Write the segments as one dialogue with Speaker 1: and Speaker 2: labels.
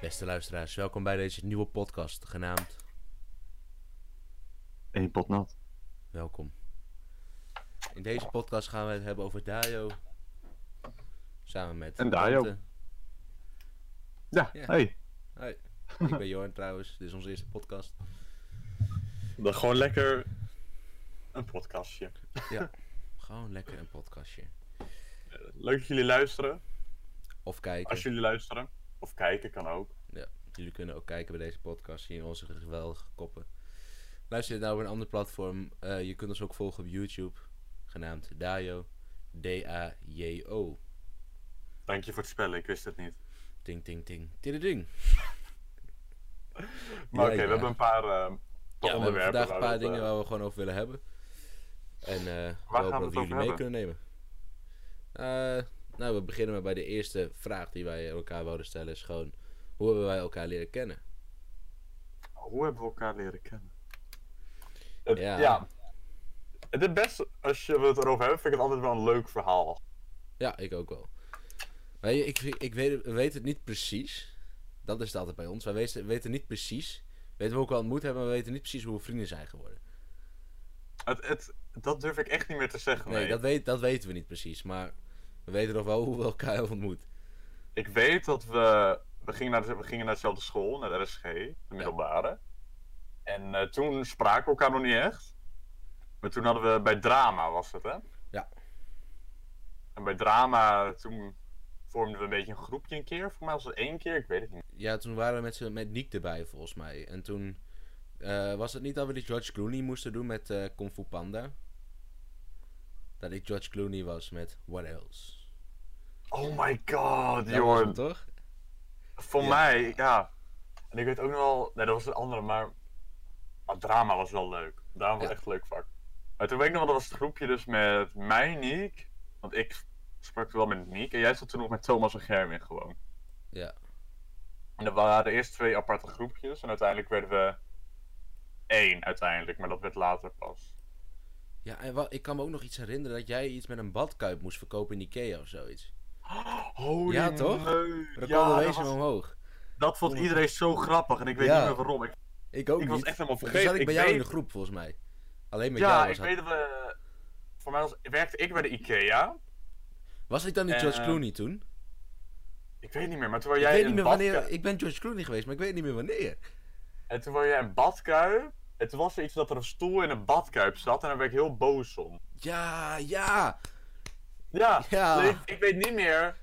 Speaker 1: Beste luisteraars, welkom bij deze nieuwe podcast genaamd
Speaker 2: Eén pot nat.
Speaker 1: Welkom. In deze podcast gaan we het hebben over Dayo. Samen met...
Speaker 2: En Dayo.
Speaker 1: Dante.
Speaker 2: Ja,
Speaker 1: Ja.
Speaker 2: hey.
Speaker 1: Hoi, ik ben Jorn trouwens. Dit is onze eerste podcast.
Speaker 3: Dan gewoon lekker een podcastje.
Speaker 1: Gewoon lekker een podcastje.
Speaker 3: Leuk dat jullie luisteren.
Speaker 1: Of kijken.
Speaker 3: Als jullie luisteren. Of kijken kan ook.
Speaker 1: Jullie kunnen ook kijken bij deze podcast. Zien onze geweldige koppen. Luister je nou op een ander platform. eh, je kunt ons ook volgen op YouTube. Genaamd Dayo. D-A-J-O.
Speaker 3: Dank je voor het spellen, ik wist het niet.
Speaker 1: Ting, ting, ting. Tiddeling.
Speaker 3: Maar
Speaker 1: Ja,
Speaker 3: oké,
Speaker 1: ja.
Speaker 3: we hebben een paar ehm,
Speaker 1: Ja, we hebben
Speaker 3: onderwerpen.
Speaker 1: vandaag een
Speaker 3: waar
Speaker 1: paar
Speaker 3: we het,
Speaker 1: dingen
Speaker 3: eh,
Speaker 1: waar we gewoon over willen hebben. En eh we
Speaker 3: gaan
Speaker 1: hopen
Speaker 3: we
Speaker 1: dat
Speaker 3: het
Speaker 1: we jullie
Speaker 3: over
Speaker 1: mee
Speaker 3: hebben?
Speaker 1: kunnen nemen. Eh, nou, we beginnen maar bij de eerste vraag die wij elkaar wouden stellen. Is gewoon, hoe hebben wij elkaar leren kennen?
Speaker 3: Hoe hebben we elkaar leren kennen? Het-
Speaker 1: Ja.
Speaker 3: ja. Het is best, als je het erover hebt, vind ik het altijd wel een leuk verhaal.
Speaker 1: Ja, ik ook wel. Maar je- ik, ik weet, het- we weten het niet precies. Dat is het altijd bij ons. Wij weten, weten niet precies. Weten we ook wel ontmoet hebben, maar we weten niet precies hoe we vrienden zijn geworden.
Speaker 3: Het, het, dat durf ik echt niet meer te zeggen.
Speaker 1: Nee,
Speaker 3: Nee,
Speaker 1: dat, weet, dat weten we niet precies. Maar we weten nog wel hoe we elkaar hebben ontmoet.
Speaker 3: Ik weet dat we. We gingen, naar, de- we gingen naar dezelfde school, naar de RSG, de middelbare. En eh, toen spraken we elkaar nog niet echt. Maar toen hadden we bij drama, was het hè?
Speaker 1: Ja.
Speaker 3: En bij drama, toen vormden we een beetje een groepje een keer. Voor mij was het één keer, ik weet het niet.
Speaker 1: Ja, toen waren we met, z'n- met Niek erbij volgens mij. En toen eh, was het niet dat we die George Clooney moesten doen met eh Kung Fu Panda. Dat ik George Clooney was met What Else.
Speaker 3: Oh my god,
Speaker 1: Dat was hem,
Speaker 3: joh.
Speaker 1: toch?
Speaker 3: Voor
Speaker 1: Ja.
Speaker 3: mij, ja. En ik weet ook nog wel. Nee, dat was een andere, maar. Maar drama was wel leuk. Drama was
Speaker 1: Ja.
Speaker 3: echt een leuk vak. Maar toen weet ik nog wel, dat was het groepje dus met mij, Niek. Want ik sprak wel met Niek. En jij zat toen nog met Thomas en Gerwin gewoon.
Speaker 1: Ja.
Speaker 3: En dat waren eerst twee aparte groepjes. En uiteindelijk werden we. één uiteindelijk, maar dat werd later pas.
Speaker 1: Ja, en wat, ik kan me ook nog iets herinneren dat jij iets met een badkuip moest verkopen in Ikea of zoiets.
Speaker 3: Holy
Speaker 1: Ja, toch?
Speaker 3: nee.
Speaker 1: Dat
Speaker 3: Ja,
Speaker 1: kwam
Speaker 3: dat,
Speaker 1: ineens
Speaker 3: was-
Speaker 1: omhoog.
Speaker 3: dat vond iedereen zo grappig. En ik weet
Speaker 1: Ja.
Speaker 3: niet meer waarom. Ik,
Speaker 1: Ik ook
Speaker 3: ik
Speaker 1: niet.
Speaker 3: was echt helemaal
Speaker 1: Toen
Speaker 3: vergeten.
Speaker 1: zat ik bij
Speaker 3: ik
Speaker 1: jou
Speaker 3: weet-
Speaker 1: in de groep volgens mij. Alleen met
Speaker 3: Ja,
Speaker 1: jou. Was,
Speaker 3: ik
Speaker 1: dat.
Speaker 3: weet dat we. Voor mij was, werkte ik bij de IKEA.
Speaker 1: was ik dan niet George
Speaker 3: Eh,
Speaker 1: Clooney toen?
Speaker 3: Ik weet niet meer, maar toen wou
Speaker 1: Ik
Speaker 3: jij
Speaker 1: weet
Speaker 3: een
Speaker 1: niet meer
Speaker 3: badku-
Speaker 1: wanneer. Ik ben George Clooney geweest, maar ik weet niet meer wanneer.
Speaker 3: En toen wou jij een badkuip. En toen was er iets dat er een stoel in een badkuip zat. En daar werd ik heel boos om.
Speaker 1: Ja, ja.
Speaker 3: Ja,
Speaker 1: Ja.
Speaker 3: dus ik, ik weet niet meer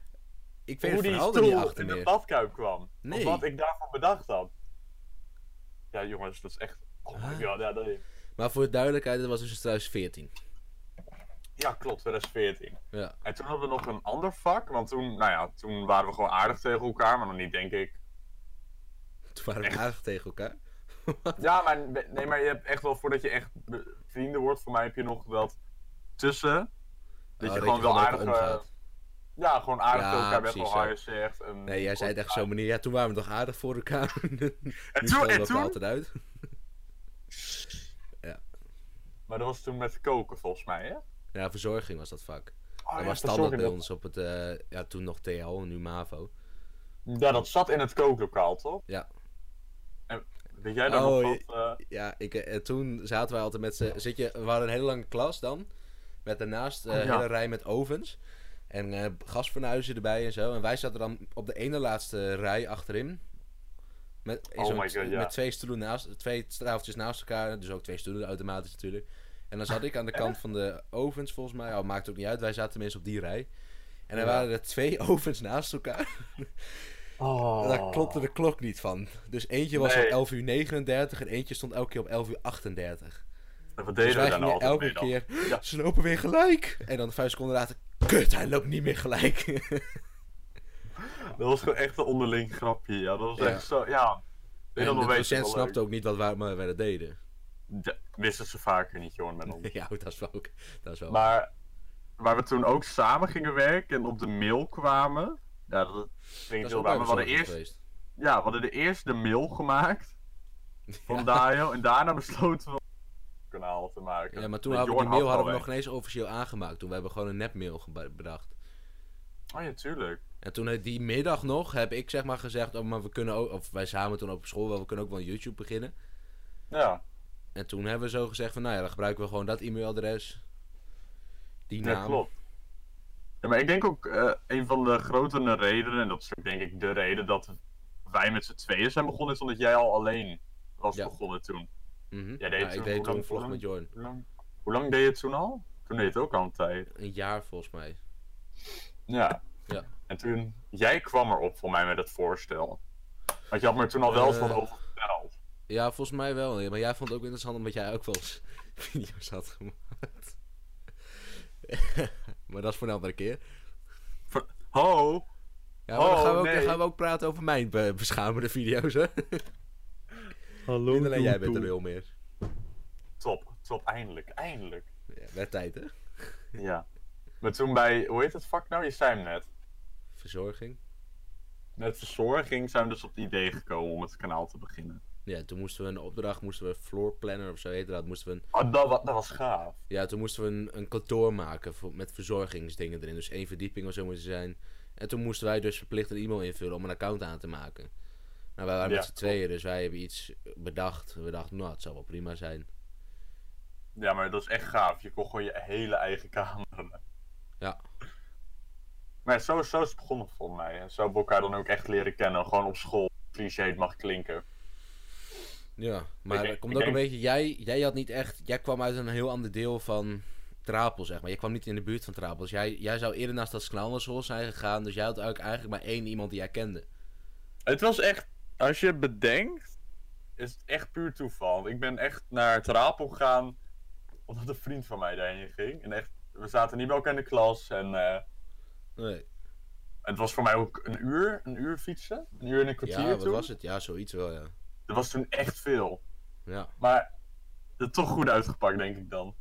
Speaker 1: Ik weet
Speaker 3: hoe
Speaker 1: het
Speaker 3: die
Speaker 1: verhaal er niet
Speaker 3: stoel
Speaker 1: achter
Speaker 3: in de
Speaker 1: meer.
Speaker 3: badkuip kwam.
Speaker 1: Nee.
Speaker 3: Of wat ik daarvan bedacht had. Ja, jongens, dat is echt... Oh my
Speaker 1: Ah.
Speaker 3: god, ja, dat...
Speaker 1: Maar voor de duidelijkheid, dat was dus 2014.
Speaker 3: ja klopt, 2014.
Speaker 1: Ja.
Speaker 3: En toen hadden we nog een ander vak. Want toen, nou ja, toen waren we gewoon aardig tegen elkaar. Maar nog niet, denk ik,
Speaker 1: Toen waren we aardig tegen elkaar.
Speaker 3: Ja, maar, nee, maar je hebt echt wel voordat je echt be- vrienden wordt, voor mij heb je nog dat tussen. Dat
Speaker 1: Oh,
Speaker 3: je gewoon wel aardig. eh,
Speaker 1: omgaat.
Speaker 3: ja, gewoon aardig
Speaker 1: Ja,
Speaker 3: tegen elkaar bent,
Speaker 1: precies,
Speaker 3: wel
Speaker 1: ja.
Speaker 3: je zegt. en-
Speaker 1: Nee, jij zei het echt op zo'n manier. Ja, toen waren we nog aardig voor elkaar.
Speaker 3: En
Speaker 1: Nu
Speaker 3: toen,
Speaker 1: spelen
Speaker 3: en
Speaker 1: we
Speaker 3: toen.
Speaker 1: altijd uit.
Speaker 3: Maar dat was toen met koken, volgens mij, hè?
Speaker 1: Ja, verzorging was dat vak.
Speaker 3: Oh,
Speaker 1: dat
Speaker 3: ja,
Speaker 1: was standaard
Speaker 3: verzorging,
Speaker 1: bij
Speaker 3: dat-
Speaker 1: ons op het, eh, ja, toen nog TL, nu MAVO.
Speaker 3: Ja, dat zat in het kooklokaal, toch?
Speaker 1: Ja.
Speaker 3: En weet jij dan
Speaker 1: Oh,
Speaker 3: nog wat? eh,
Speaker 1: Ja, ik, eh, toen zaten wij altijd met z'n... Zit je, we hadden een hele lange klas dan. Met daarnaast eh,
Speaker 3: Oh,
Speaker 1: een
Speaker 3: ja.
Speaker 1: hele rij met ovens. En eh gasfornuizen erbij en zo. En wij zaten dan op de ene laatste rij achterin. Met, in
Speaker 3: Oh
Speaker 1: zo'n-
Speaker 3: my God, ja.
Speaker 1: met twee stoelen naast, twee tafeltjes naast elkaar. Dus ook twee stoelen automatisch natuurlijk. En dan zat ik aan de kant van de ovens volgens mij. Oh, maakt ook niet uit. Wij zaten tenminste op die rij. En er
Speaker 3: Ja.
Speaker 1: waren er twee ovens naast elkaar.
Speaker 3: oh.
Speaker 1: Daar klopte de klok niet van. Dus eentje was
Speaker 3: Nee.
Speaker 1: op 11 uur 39 en eentje stond elke keer op 11 uur 38.
Speaker 3: En Wat
Speaker 1: Dus
Speaker 3: deden
Speaker 1: wij
Speaker 3: we dan
Speaker 1: gingen
Speaker 3: altijd
Speaker 1: elke
Speaker 3: mee dan?
Speaker 1: keer,
Speaker 3: Ja.
Speaker 1: ze lopen weer gelijk. En dan vijf seconden later, kut, hij loopt niet meer gelijk.
Speaker 3: Dat was gewoon echt een onderling grapje, ja. Dat was
Speaker 1: Ja.
Speaker 3: echt zo, ja.
Speaker 1: en
Speaker 3: Weet je dat
Speaker 1: de
Speaker 3: nog weet je
Speaker 1: docent
Speaker 3: wel
Speaker 1: snapte
Speaker 3: leuk.
Speaker 1: ook niet wat wij, maar wij dat deden.
Speaker 3: Ja, Wisten ze vaker niet, jongen, met ons.
Speaker 1: Ja, dat is wel ook. Dat is wel
Speaker 3: Maar waar we toen ook samen gingen werken en op de mail kwamen. Ja, dat
Speaker 1: dat
Speaker 3: klinkt
Speaker 1: is
Speaker 3: heel
Speaker 1: ook
Speaker 3: raar. Maar we
Speaker 1: bij
Speaker 3: hadden,
Speaker 1: ons
Speaker 3: eerst,
Speaker 1: geweest.
Speaker 3: ja, we hadden de eerste mail gemaakt van
Speaker 1: Ja.
Speaker 3: Dario. En daarna besloten we om een kanaal te maken.
Speaker 1: Ja, maar toen
Speaker 3: Want
Speaker 1: hadden we die
Speaker 3: Jorn
Speaker 1: mail
Speaker 3: had
Speaker 1: hadden we
Speaker 3: al
Speaker 1: nog geen eens officieel aangemaakt. Toen we hebben gewoon een nepmail geba- bedacht.
Speaker 3: een- Oh ja, tuurlijk.
Speaker 1: En toen eh, die middag nog heb ik zeg maar gezegd, oh, maar we kunnen ook, of wij samen toen op school wel, we kunnen ook wel een YouTube beginnen.
Speaker 3: Ja,
Speaker 1: En toen hebben we zo gezegd van, nou ja, dan gebruiken we gewoon dat e-mailadres. Die
Speaker 3: ja,
Speaker 1: naam.
Speaker 3: klopt. Ja, maar ik denk ook eh, een van de grotere redenen, en dat is ook denk ik de reden dat wij met z'n tweeën zijn begonnen, is omdat jij al alleen was
Speaker 1: Ja.
Speaker 3: begonnen toen.
Speaker 1: Mhm.
Speaker 3: Jij deed
Speaker 1: Ja,
Speaker 3: toen
Speaker 1: ik
Speaker 3: hoe
Speaker 1: deed toen
Speaker 3: lang-
Speaker 1: een vlog
Speaker 3: hoe
Speaker 1: met Jorn.
Speaker 3: Hoe lang, hoe lang deed je het toen al? Toen deed je het ook al een tijd.
Speaker 1: Een jaar volgens mij.
Speaker 3: Ja.
Speaker 1: Ja.
Speaker 3: En toen, jij kwam erop voor mij met het voorstel. Want je had me toen al wel eens wat
Speaker 1: Eh.
Speaker 3: over verteld.
Speaker 1: Ja, volgens mij wel. Ja, Maar jij vond het ook interessant omdat jij ook wel eens video's had gemaakt. maar dat is voor een andere keer.
Speaker 3: Ho!
Speaker 1: Ja, maar dan,
Speaker 3: Oh,
Speaker 1: gaan we ook, dan
Speaker 3: nee.
Speaker 1: gaan we ook praten over mijn be- beschamende video's, hè?
Speaker 2: Hallo.
Speaker 1: Niet alleen jij bent er
Speaker 2: Toetoe.
Speaker 1: wil meer.
Speaker 3: Top, top, eindelijk, eindelijk.
Speaker 1: Ja, werd tijd, hè?
Speaker 3: Ja. Maar toen bij, hoe heet het vak nou? Je zei hem net.
Speaker 1: Verzorging.
Speaker 3: Met verzorging zijn we dus op het idee gekomen om het kanaal te beginnen.
Speaker 1: Ja, toen moesten we een opdracht, moesten we floor planner of zo heette dat. Moesten we een,
Speaker 3: Oh, dat, wa- dat was gaaf.
Speaker 1: ja, toen moesten we een, een kantoor maken voor, met verzorgingsdingen erin. Dus één verdieping of zo moest er zijn. En toen moesten wij dus verplicht een e-mail invullen om een account aan te maken. Nou, wij waren
Speaker 3: Ja,
Speaker 1: met z'n tweeën, dus wij hebben iets bedacht. We dachten, nou, het zou wel prima zijn.
Speaker 3: Ja, maar dat is echt gaaf. Je kon gewoon je hele eigen kamer.
Speaker 1: Ja.
Speaker 3: Maar zo, zo is het begonnen voor mij. En zo hebben we elkaar dan ook echt leren kennen. Gewoon op school. Cliché mag klinken.
Speaker 1: Ja, maar
Speaker 3: denk-
Speaker 1: dat komt
Speaker 3: ik
Speaker 1: ook een
Speaker 3: denk-
Speaker 1: beetje... Jij, jij had niet echt... Jij kwam uit een heel ander deel van Trapel, zeg maar. Jij kwam niet in de buurt van Trapel. Dus jij, jij zou eerder naast dat knallerschool zijn gegaan. Dus jij had ook eigenlijk maar één iemand die jij kende.
Speaker 3: Het was echt, als je het bedenkt, is het echt puur toeval. Ik ben echt naar het Rapel gegaan, omdat een vriend van mij daarheen ging. En echt, we zaten niet bij elkaar in de klas. En eh,
Speaker 1: Nee.
Speaker 3: het was voor mij ook een uur, een uur fietsen. Een uur en een kwartier
Speaker 1: Ja, wat
Speaker 3: toen.
Speaker 1: was het? Ja, zoiets wel, ja.
Speaker 3: Dat was toen echt veel.
Speaker 1: Ja,
Speaker 3: Maar het toch goed uitgepakt, denk ik dan.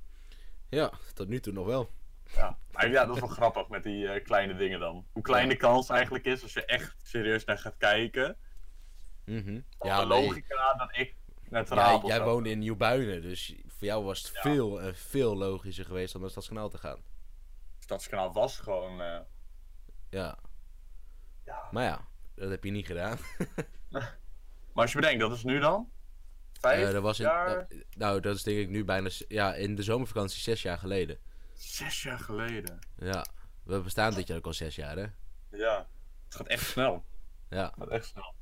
Speaker 1: ja tot nu toe nog wel.
Speaker 3: Ja, maar ja dat is wel grappig met die eh, kleine dingen dan. Hoe klein de kans eigenlijk is als je echt serieus naar gaat kijken.
Speaker 1: Mhm.
Speaker 3: Ja,
Speaker 1: Ja,
Speaker 3: de
Speaker 1: nee.
Speaker 3: logica dat ik naar het
Speaker 1: Jij,
Speaker 3: Rapel
Speaker 1: jij
Speaker 3: zou-
Speaker 1: woonde in Nieuw-Buinen, dus voor jou was het
Speaker 3: Ja.
Speaker 1: veel, en veel logischer geweest om naar Stadskanaal te gaan.
Speaker 3: Stadskanaal was gewoon... eh,
Speaker 1: Ja.
Speaker 3: Ja.
Speaker 1: Maar ja, dat heb je niet gedaan.
Speaker 3: Maar als je bedenkt, dat is nu dan? Vijf
Speaker 1: Eh, dat was in,
Speaker 3: jaar?
Speaker 1: dat- nou, dat is denk ik nu bijna... s- Ja, in de zomervakantie zes jaar geleden.
Speaker 3: Zes jaar geleden.
Speaker 1: Ja, we bestaan dit jaar ook al zes jaar,
Speaker 3: Ah,
Speaker 1: hè?
Speaker 3: Ja. Het gaat echt snel.
Speaker 1: Ja.
Speaker 3: Het gaat echt snel.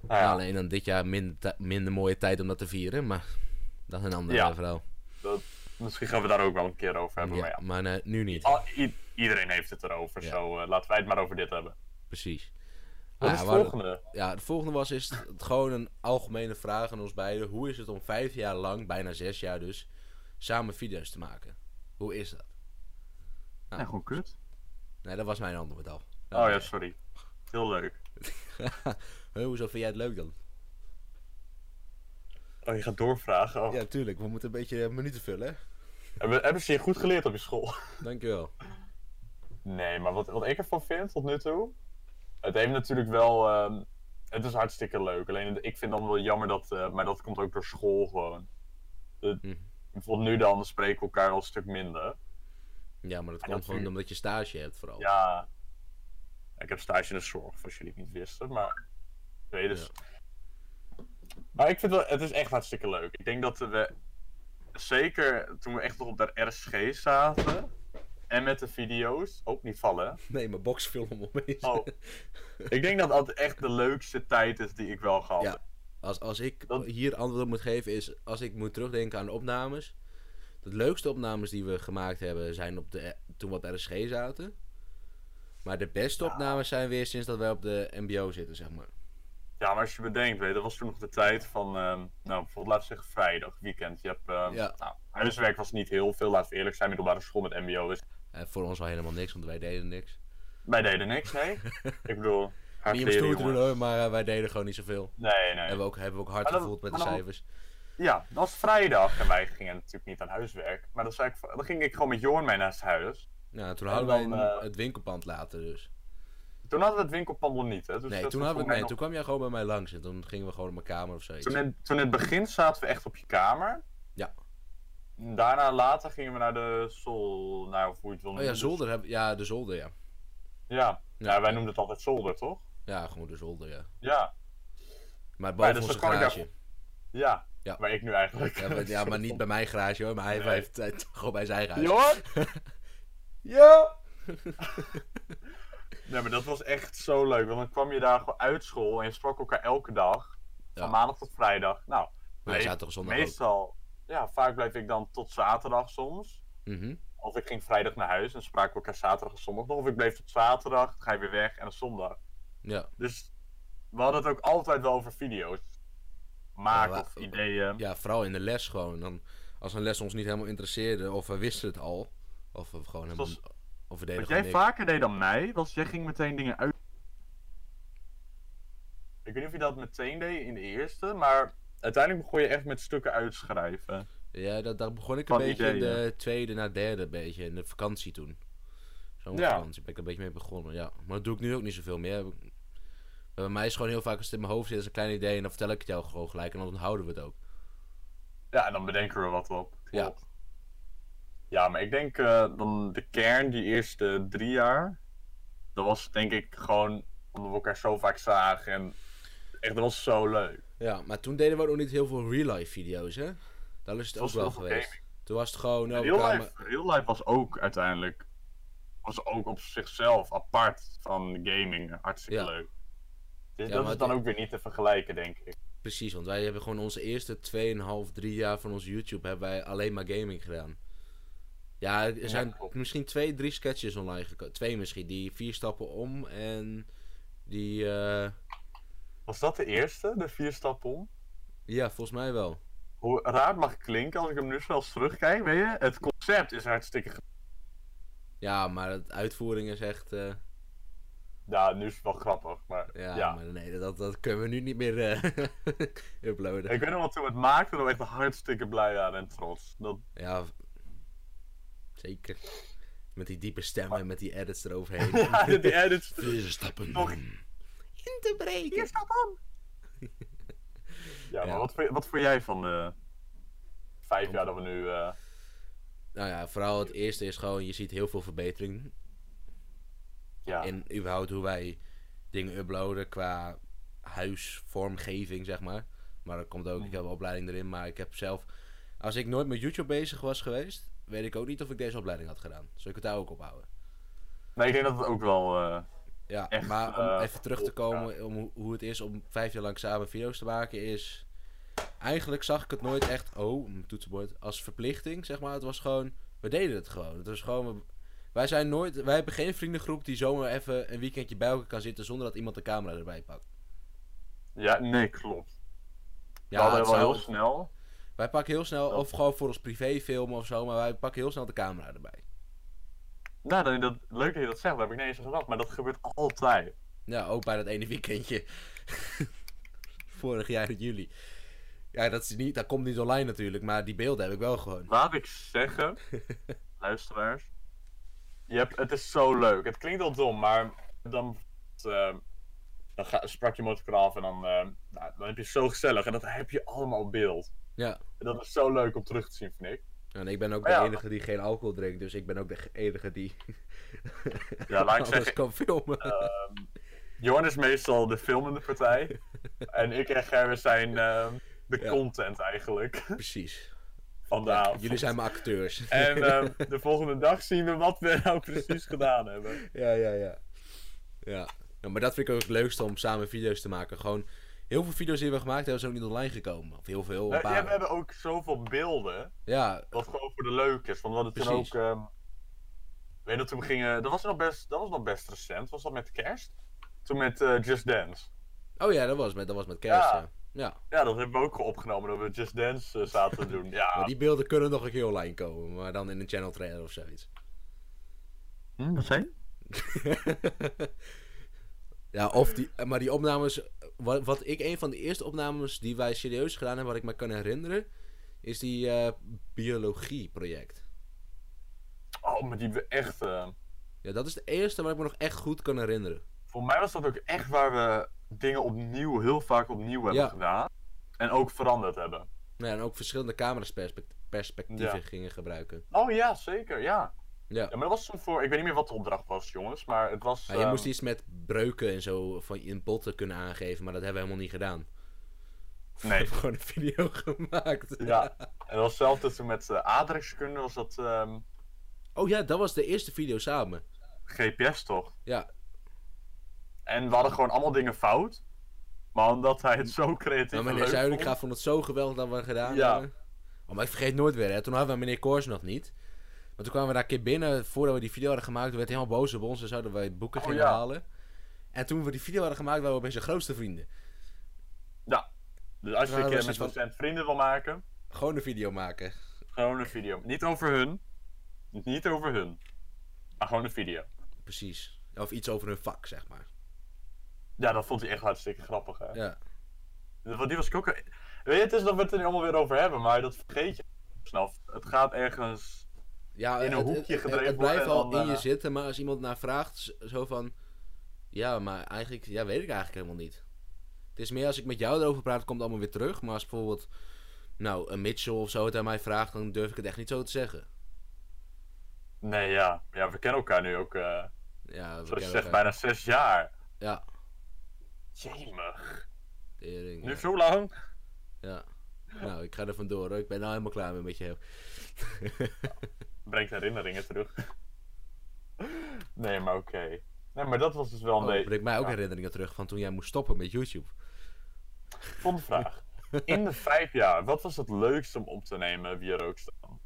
Speaker 1: Ja,
Speaker 3: Nou ja,
Speaker 1: alleen dan dit jaar minder, ti- minder mooie tijd om dat te vieren, maar dat is een ander
Speaker 3: Ja.
Speaker 1: eh, verhaal.
Speaker 3: misschien gaan we daar ook wel een keer over hebben.
Speaker 1: Ja,
Speaker 3: Maar ja, Oh.
Speaker 1: maar eh, nu niet,
Speaker 3: Al- i- iedereen heeft het erover.
Speaker 1: Ja.
Speaker 3: Zo eh, laten wij het maar over dit hebben.
Speaker 1: precies.
Speaker 3: Wat
Speaker 1: Ah,
Speaker 3: is het
Speaker 1: waar-
Speaker 3: volgende?
Speaker 1: ja, de volgende was is het gewoon een algemene vraag aan ons beiden. Hoe is het om vijf jaar lang, bijna zes jaar dus, samen video's te maken? Hoe is dat? Nou.
Speaker 3: Ja, gewoon kut.
Speaker 1: Nee, dat was mijn antwoord al.
Speaker 3: Oh ja, sorry. Heel leuk.
Speaker 1: Huh, hoezo vind jij het leuk dan?
Speaker 3: Oh, je gaat doorvragen. Oh.
Speaker 1: Ja, tuurlijk. We moeten een beetje eh, minuten vullen.
Speaker 3: Hebben, hebben ze je goed geleerd op je school?
Speaker 1: Dankjewel.
Speaker 3: Nee, maar wat, wat ik ervan vind tot nu toe. Het heeft natuurlijk wel. ehm, het is hartstikke leuk. Alleen het- ik vind dan wel jammer dat. eh, maar dat komt ook door school gewoon. De,
Speaker 1: Hm.
Speaker 3: Bijvoorbeeld nu dan spreken we elkaar al een stuk minder.
Speaker 1: Ja, maar dat
Speaker 3: Ja,
Speaker 1: komt
Speaker 3: dat vind
Speaker 1: gewoon
Speaker 3: ik-
Speaker 1: omdat je stage hebt vooral.
Speaker 3: Ja. Ik heb stage in de zorg, voor als jullie het niet wisten. Maar. Nee, dus. Maar ik vind wel. Het is echt hartstikke leuk. Ik denk dat we. Zeker toen we echt nog op de RSG zaten. En met de video's. Ook niet vallen. hè.
Speaker 1: Nee, mijn box viel om opeens.
Speaker 3: Oh. ik denk dat dat echt de leukste tijd is die ik wel gehad
Speaker 1: Ja.
Speaker 3: heb.
Speaker 1: Als, als ik
Speaker 3: Dat-
Speaker 1: hier antwoord op moet geven is, als ik moet terugdenken aan opnames. De leukste opnames die we gemaakt hebben zijn op de, toen we op RSG zaten. Maar de beste opnames zijn weer sinds dat wij op de MBO zitten, zeg maar.
Speaker 3: Ja, maar als je bedenkt, weet, je, dat was toen nog de tijd van, ehm, nou, bijvoorbeeld laten we zeggen vrijdag, weekend. Je hebt, ehm,
Speaker 1: Ja.
Speaker 3: nou, huiswerk was niet heel veel, laten we eerlijk zijn, middelbare school met mbo is,
Speaker 1: Eh, voor ons al helemaal niks, want wij deden niks.
Speaker 3: dus wij deden niks, nee. ik bedoel, hard
Speaker 1: Niet om
Speaker 3: leren,
Speaker 1: stoer te doen
Speaker 3: jongen.
Speaker 1: hoor, maar eh, wij deden gewoon niet zoveel.
Speaker 3: Nee, nee.
Speaker 1: Hebben we ook, hebben we ook hard
Speaker 3: Maar dan-
Speaker 1: gevoeld met de
Speaker 3: maar dan-
Speaker 1: cijfers.
Speaker 3: Ja, dat was vrijdag en wij gingen natuurlijk niet aan huiswerk. Maar dan, zei ik, dan ging ik gewoon met Jorn mee naar zijn huis.
Speaker 1: Ja, toen
Speaker 3: en
Speaker 1: hadden wij
Speaker 3: dan,
Speaker 1: een-
Speaker 3: eh,
Speaker 1: het winkelpand later dus.
Speaker 3: Toen hadden we het winkelpand nog niet, hè. Dus
Speaker 1: Nee,
Speaker 3: dat
Speaker 1: toen, hadden
Speaker 3: was
Speaker 1: we,
Speaker 3: voor mij
Speaker 1: nee
Speaker 3: nog-
Speaker 1: toen kwam jij gewoon bij mij langs en toen gingen we gewoon op mijn kamer of zoiets.
Speaker 3: Toen in, toen in het begin zaten we echt op je kamer.
Speaker 1: Ja.
Speaker 3: Daarna later gingen we naar de Sol. Nou, of hoe je het wil
Speaker 1: Oh ja,
Speaker 3: noemen.
Speaker 1: zolder. Heb, ja, de zolder, ja.
Speaker 3: Ja.
Speaker 1: Ja.
Speaker 3: Ja, wij noemen het altijd zolder, toch?
Speaker 1: Ja, gewoon de zolder, ja.
Speaker 3: Ja.
Speaker 1: Maar
Speaker 3: Maar
Speaker 1: boven
Speaker 3: dus
Speaker 1: onze
Speaker 3: dan kan ik daar-
Speaker 1: garage.
Speaker 3: Ja.
Speaker 1: Ja.
Speaker 3: Maar ik nu eigenlijk.
Speaker 1: Ja maar, ja, maar niet bij mijn garage hoor, maar hij
Speaker 3: Nee.
Speaker 1: heeft het gewoon bij zijn garage.
Speaker 3: Ja. ja. Nee, maar dat was echt zo leuk. Want dan kwam je daar gewoon uit school en je sprak elkaar elke dag.
Speaker 1: Ja.
Speaker 3: Van maandag tot vrijdag. Nou,
Speaker 1: Maar hij
Speaker 3: me-
Speaker 1: zat toch zondag ook.
Speaker 3: meestal... Ja, vaak bleef ik dan tot zaterdag soms.
Speaker 1: Mhm.
Speaker 3: Of ik ging vrijdag naar huis en spraken we elkaar zaterdag en zondag nog. Of ik bleef tot zaterdag, dan ga je weer weg en dan zondag.
Speaker 1: Ja.
Speaker 3: Dus we hadden het ook altijd wel over video's. Maken
Speaker 1: Ja,
Speaker 3: of
Speaker 1: wa-
Speaker 3: ideeën.
Speaker 1: ja, vooral in de les gewoon. Dan, als een les ons niet helemaal interesseerde, of we wisten het al. Of we gewoon helemaal...
Speaker 3: was-
Speaker 1: Of we deden
Speaker 3: Wat
Speaker 1: gewoon
Speaker 3: jij
Speaker 1: niks.
Speaker 3: vaker deed dan mij, was jij ging meteen dingen uit. Ik weet niet of je dat meteen deed in de eerste, maar uiteindelijk begon je echt met stukken uitschrijven.
Speaker 1: Ja, dat, daar begon ik een
Speaker 3: Van
Speaker 1: beetje in
Speaker 3: ideeën.
Speaker 1: de tweede naar derde beetje, in de vakantie toen. Zo'n
Speaker 3: Ja.
Speaker 1: vakantie ben ik een beetje mee begonnen, ja. Maar dat doe ik nu ook niet zoveel meer. Heb ik- Bij mij is gewoon heel vaak als het in mijn hoofd zit, is een klein idee en dan vertel ik het jou gewoon gelijk en dan onthouden we het ook.
Speaker 3: Ja, en dan bedenken we wat op.
Speaker 1: Ja.
Speaker 3: Klopt. Ja, maar ik denk eh, dan de kern, die eerste drie jaar, dat was denk ik gewoon omdat we elkaar zo vaak zagen en echt, dat was zo leuk.
Speaker 1: Ja, maar toen deden we ook nog niet heel veel real-life video's, hè? Dat is het
Speaker 3: was
Speaker 1: ook wel
Speaker 3: heel veel
Speaker 1: geweest. Toen was het gewoon... oh, we
Speaker 3: Real
Speaker 1: kwamen-
Speaker 3: life, real life was ook uiteindelijk, was ook op zichzelf apart van gaming, hartstikke
Speaker 1: Ja.
Speaker 3: leuk. Dus
Speaker 1: Ja,
Speaker 3: dat
Speaker 1: maar
Speaker 3: is dan
Speaker 1: het-
Speaker 3: ook weer niet te vergelijken, denk ik.
Speaker 1: Precies, want wij hebben gewoon onze eerste 2,5, 3 jaar van ons YouTube hebben wij alleen maar gaming gedaan. Ja, er zijn
Speaker 3: klopt.
Speaker 1: misschien twee, drie sketches online gekomen. Twee misschien, die vier stappen om en die... eh,
Speaker 3: Was dat de eerste, de vier stappen om?
Speaker 1: ja, volgens mij wel.
Speaker 3: Hoe raar het mag klinken als ik hem nu snel terugkijk, weet je? Het concept is hartstikke
Speaker 1: Ja, maar het uitvoering is echt... eh,
Speaker 3: Ja, nu is het wel grappig, maar
Speaker 1: ja,
Speaker 3: ja.
Speaker 1: maar nee, dat, dat kunnen we nu niet meer eh, uploaden.
Speaker 3: Ik weet nog wat toen we het maakten, dat we echt hartstikke blij waren en trots. Dat,
Speaker 1: Ja, zeker. Met die diepe stemmen en met die edits eroverheen.
Speaker 3: ja, die edits.
Speaker 1: Vier stappen
Speaker 3: Nog-
Speaker 1: om in te breken.
Speaker 3: Hier staat dan. Ja, maar
Speaker 1: Ja.
Speaker 3: Wat, vond- wat vond jij van de vijf jaar dat we nu... eh,
Speaker 1: Nou ja, vooral het eerste is gewoon, je ziet heel veel verbetering
Speaker 3: ja,
Speaker 1: in überhaupt hoe wij dingen uploaden qua huisvormgeving, zeg maar. Maar dat komt ook, ik heb een opleiding erin, maar ik heb zelf... Als ik nooit met YouTube bezig was geweest, weet ik ook niet of ik deze opleiding had gedaan. Zou ik het daar ook op houden?
Speaker 3: Nee, ik denk dat het ook wel... eh,
Speaker 1: Ja,
Speaker 3: Echt,
Speaker 1: maar om
Speaker 3: eh,
Speaker 1: even terug te
Speaker 3: ja.
Speaker 1: komen om hoe- hoe het is om vijf jaar lang samen video's te maken, is... Eigenlijk zag ik het nooit echt, oh, mijn toetsenbord, als verplichting, zeg maar. Het was gewoon, we deden het gewoon. Het was gewoon, we- wij zijn nooit, wij hebben geen vriendengroep die zomaar even een weekendje bij elkaar kan zitten zonder dat iemand de camera erbij pakt.
Speaker 3: ja, nee, klopt.
Speaker 1: Ja,
Speaker 3: we hadden
Speaker 1: het
Speaker 3: wel
Speaker 1: zou-
Speaker 3: heel snel...
Speaker 1: Wij pakken heel snel,
Speaker 3: Ja.
Speaker 1: of gewoon voor ons privéfilmen of zo, maar wij pakken heel snel de camera erbij.
Speaker 3: Nou, dat, dat, leuk dat je dat zegt, dat heb ik niet eens gedacht, maar dat gebeurt altijd.
Speaker 1: Ja, ook bij dat ene weekendje. Vorig jaar in juli. Ja, dat, is niet, dat komt niet online natuurlijk, maar die beelden heb ik wel gewoon.
Speaker 3: Laat ik zeggen, luisteraars. Je hebt, het is zo leuk. Het klinkt al dom, maar dan, eh, dan ga, sprak je motorkar af en dan, eh, nou, dan heb je het zo gezellig. En dat heb je allemaal op beeld.
Speaker 1: Ja.
Speaker 3: En dat is zo leuk om terug te zien, vind ik.
Speaker 1: En ik ben ook
Speaker 3: Maar
Speaker 1: de
Speaker 3: ja.
Speaker 1: enige die geen alcohol drinkt, dus ik ben ook de ge- enige die
Speaker 3: Ja, laat ik
Speaker 1: alles
Speaker 3: zeggen,
Speaker 1: kan filmen.
Speaker 3: Jorn is meestal de filmende partij. en ik en Gerwin zijn eh, de
Speaker 1: Ja.
Speaker 3: content eigenlijk
Speaker 1: Precies.
Speaker 3: van de
Speaker 1: Ja,
Speaker 3: avond.
Speaker 1: jullie zijn mijn acteurs.
Speaker 3: En eh, de volgende dag zien we wat we nou precies gedaan hebben.
Speaker 1: ja, ja, ja. Ja. Ja, maar dat vind ik ook het leukste om samen video's te maken. Gewoon heel veel video's die we gemaakt hebben, zijn ook niet online gekomen. Of heel veel. een
Speaker 3: Eh, ja,
Speaker 1: paar.
Speaker 3: we hebben ook zoveel beelden.
Speaker 1: Ja,
Speaker 3: Wat gewoon voor de leuk is. Want we hadden toen
Speaker 1: Precies.
Speaker 3: ook. ehm, weet je dat toen we gingen. Dat was, nog best, dat was nog best recent. Was dat met kerst? Toen met eh, Just Dance.
Speaker 1: Oh ja, dat was met, dat was met kerst.
Speaker 3: Ja.
Speaker 1: Ja. ja.
Speaker 3: Ja, dat hebben we ook opgenomen dat we Just Dance eh, zaten te doen. Ja,
Speaker 1: Maar die beelden kunnen nog een keer online komen, maar dan in een channel trailer of zoiets.
Speaker 3: wat zei
Speaker 1: ja, of die, maar die opnames. Wat, wat ik een van de eerste opnames die wij serieus gedaan hebben, wat ik me kan herinneren, is die eh biologie-project.
Speaker 3: Oh, maar die we echt. eh,
Speaker 1: Ja, dat is de eerste waar ik me nog echt goed kan herinneren.
Speaker 3: voor mij was dat ook echt waar we dingen opnieuw, heel vaak opnieuw hebben
Speaker 1: Ja.
Speaker 3: gedaan. En ook veranderd hebben.
Speaker 1: Nou ja, en ook verschillende camera's perspect- perspectieven
Speaker 3: Ja.
Speaker 1: gingen gebruiken.
Speaker 3: Oh ja, zeker, ja.
Speaker 1: Ja.
Speaker 3: Ja, maar dat was toen voor. Ik weet niet meer wat de opdracht was, jongens. Maar het was.
Speaker 1: Ja, je
Speaker 3: ehm,
Speaker 1: moest iets met breuken en zo van in botten kunnen aangeven, maar dat hebben we helemaal niet gedaan. We
Speaker 3: Nee.
Speaker 1: hebben gewoon een video gemaakt.
Speaker 3: Ja. En dat was hetzelfde toen met eh, aardrijkskunde, was dat ehm,
Speaker 1: Oh ja, dat was de eerste video samen.
Speaker 3: GPS toch?
Speaker 1: Ja.
Speaker 3: En we hadden gewoon allemaal dingen fout. Maar omdat hij het zo creatief
Speaker 1: Maar Nou,
Speaker 3: en
Speaker 1: meneer
Speaker 3: leuk
Speaker 1: Zuilinga
Speaker 3: vond-
Speaker 1: vond het zo geweldig dat we het gedaan
Speaker 3: Ja.
Speaker 1: hebben. Oh, maar ik vergeet nooit weer, hè. Toen hadden we meneer Koors nog niet. Maar toen kwamen we daar een keer binnen, voordat we die video hadden gemaakt, toen werd hij helemaal boos op ons en zouden wij boeken
Speaker 3: Oh,
Speaker 1: gingen
Speaker 3: ja.
Speaker 1: halen. En toen we die video hadden gemaakt, waren we opeens de grootste vrienden.
Speaker 3: Dus als je
Speaker 1: Ja,
Speaker 3: een
Speaker 1: dat
Speaker 3: keer
Speaker 1: is
Speaker 3: met
Speaker 1: iets wat-
Speaker 3: docent vrienden wil maken,
Speaker 1: Gewoon een video maken.
Speaker 3: gewoon een video. Niet over hun. Niet over hun. Maar gewoon een video.
Speaker 1: Precies. Of iets over hun vak, zeg maar.
Speaker 3: Ja, dat vond hij echt hartstikke grappig, hè. Dus
Speaker 1: Ja.
Speaker 3: Want die was ik ook... Weet je, het is dat we het er nu allemaal weer over hebben, maar dat vergeet je snel. Het gaat ergens...
Speaker 1: ja
Speaker 3: In een
Speaker 1: het-
Speaker 3: hoekje
Speaker 1: het- het-
Speaker 3: gedreven
Speaker 1: Het blijft
Speaker 3: worden en
Speaker 1: al
Speaker 3: dan,
Speaker 1: in je
Speaker 3: eh,
Speaker 1: zitten, maar als iemand naar vraagt, z- zo van... Ja, maar eigenlijk... Ja, weet ik eigenlijk helemaal niet. Het is meer als ik met jou erover praat, komt het allemaal weer terug. Maar als bijvoorbeeld... Nou, een Mitchell of zo het aan mij vraagt, dan durf ik het echt niet zo te zeggen.
Speaker 3: Nee, ja. Ja, we kennen elkaar nu ook, eh,
Speaker 1: Ja, we
Speaker 3: zoals je
Speaker 1: kennen
Speaker 3: zegt,
Speaker 1: elkaar.
Speaker 3: bijna zes jaar.
Speaker 1: Ja.
Speaker 3: Jemig.
Speaker 1: Tering,
Speaker 3: Nu
Speaker 1: ja.
Speaker 3: zo lang?
Speaker 1: ja. Nou, ik ga er vandoor hoor. Ik ben nou helemaal klaar mee met je.
Speaker 3: Brengt herinneringen terug. nee, maar oké. Nee, maar dat was dus wel een
Speaker 1: Oh,
Speaker 3: beetje...
Speaker 1: brengt mij ook
Speaker 3: ja.
Speaker 1: herinneringen terug van toen jij moest stoppen met YouTube.
Speaker 3: Volgende vraag. In de vijf jaar, wat was het leukste om op te nemen via Rookstaan?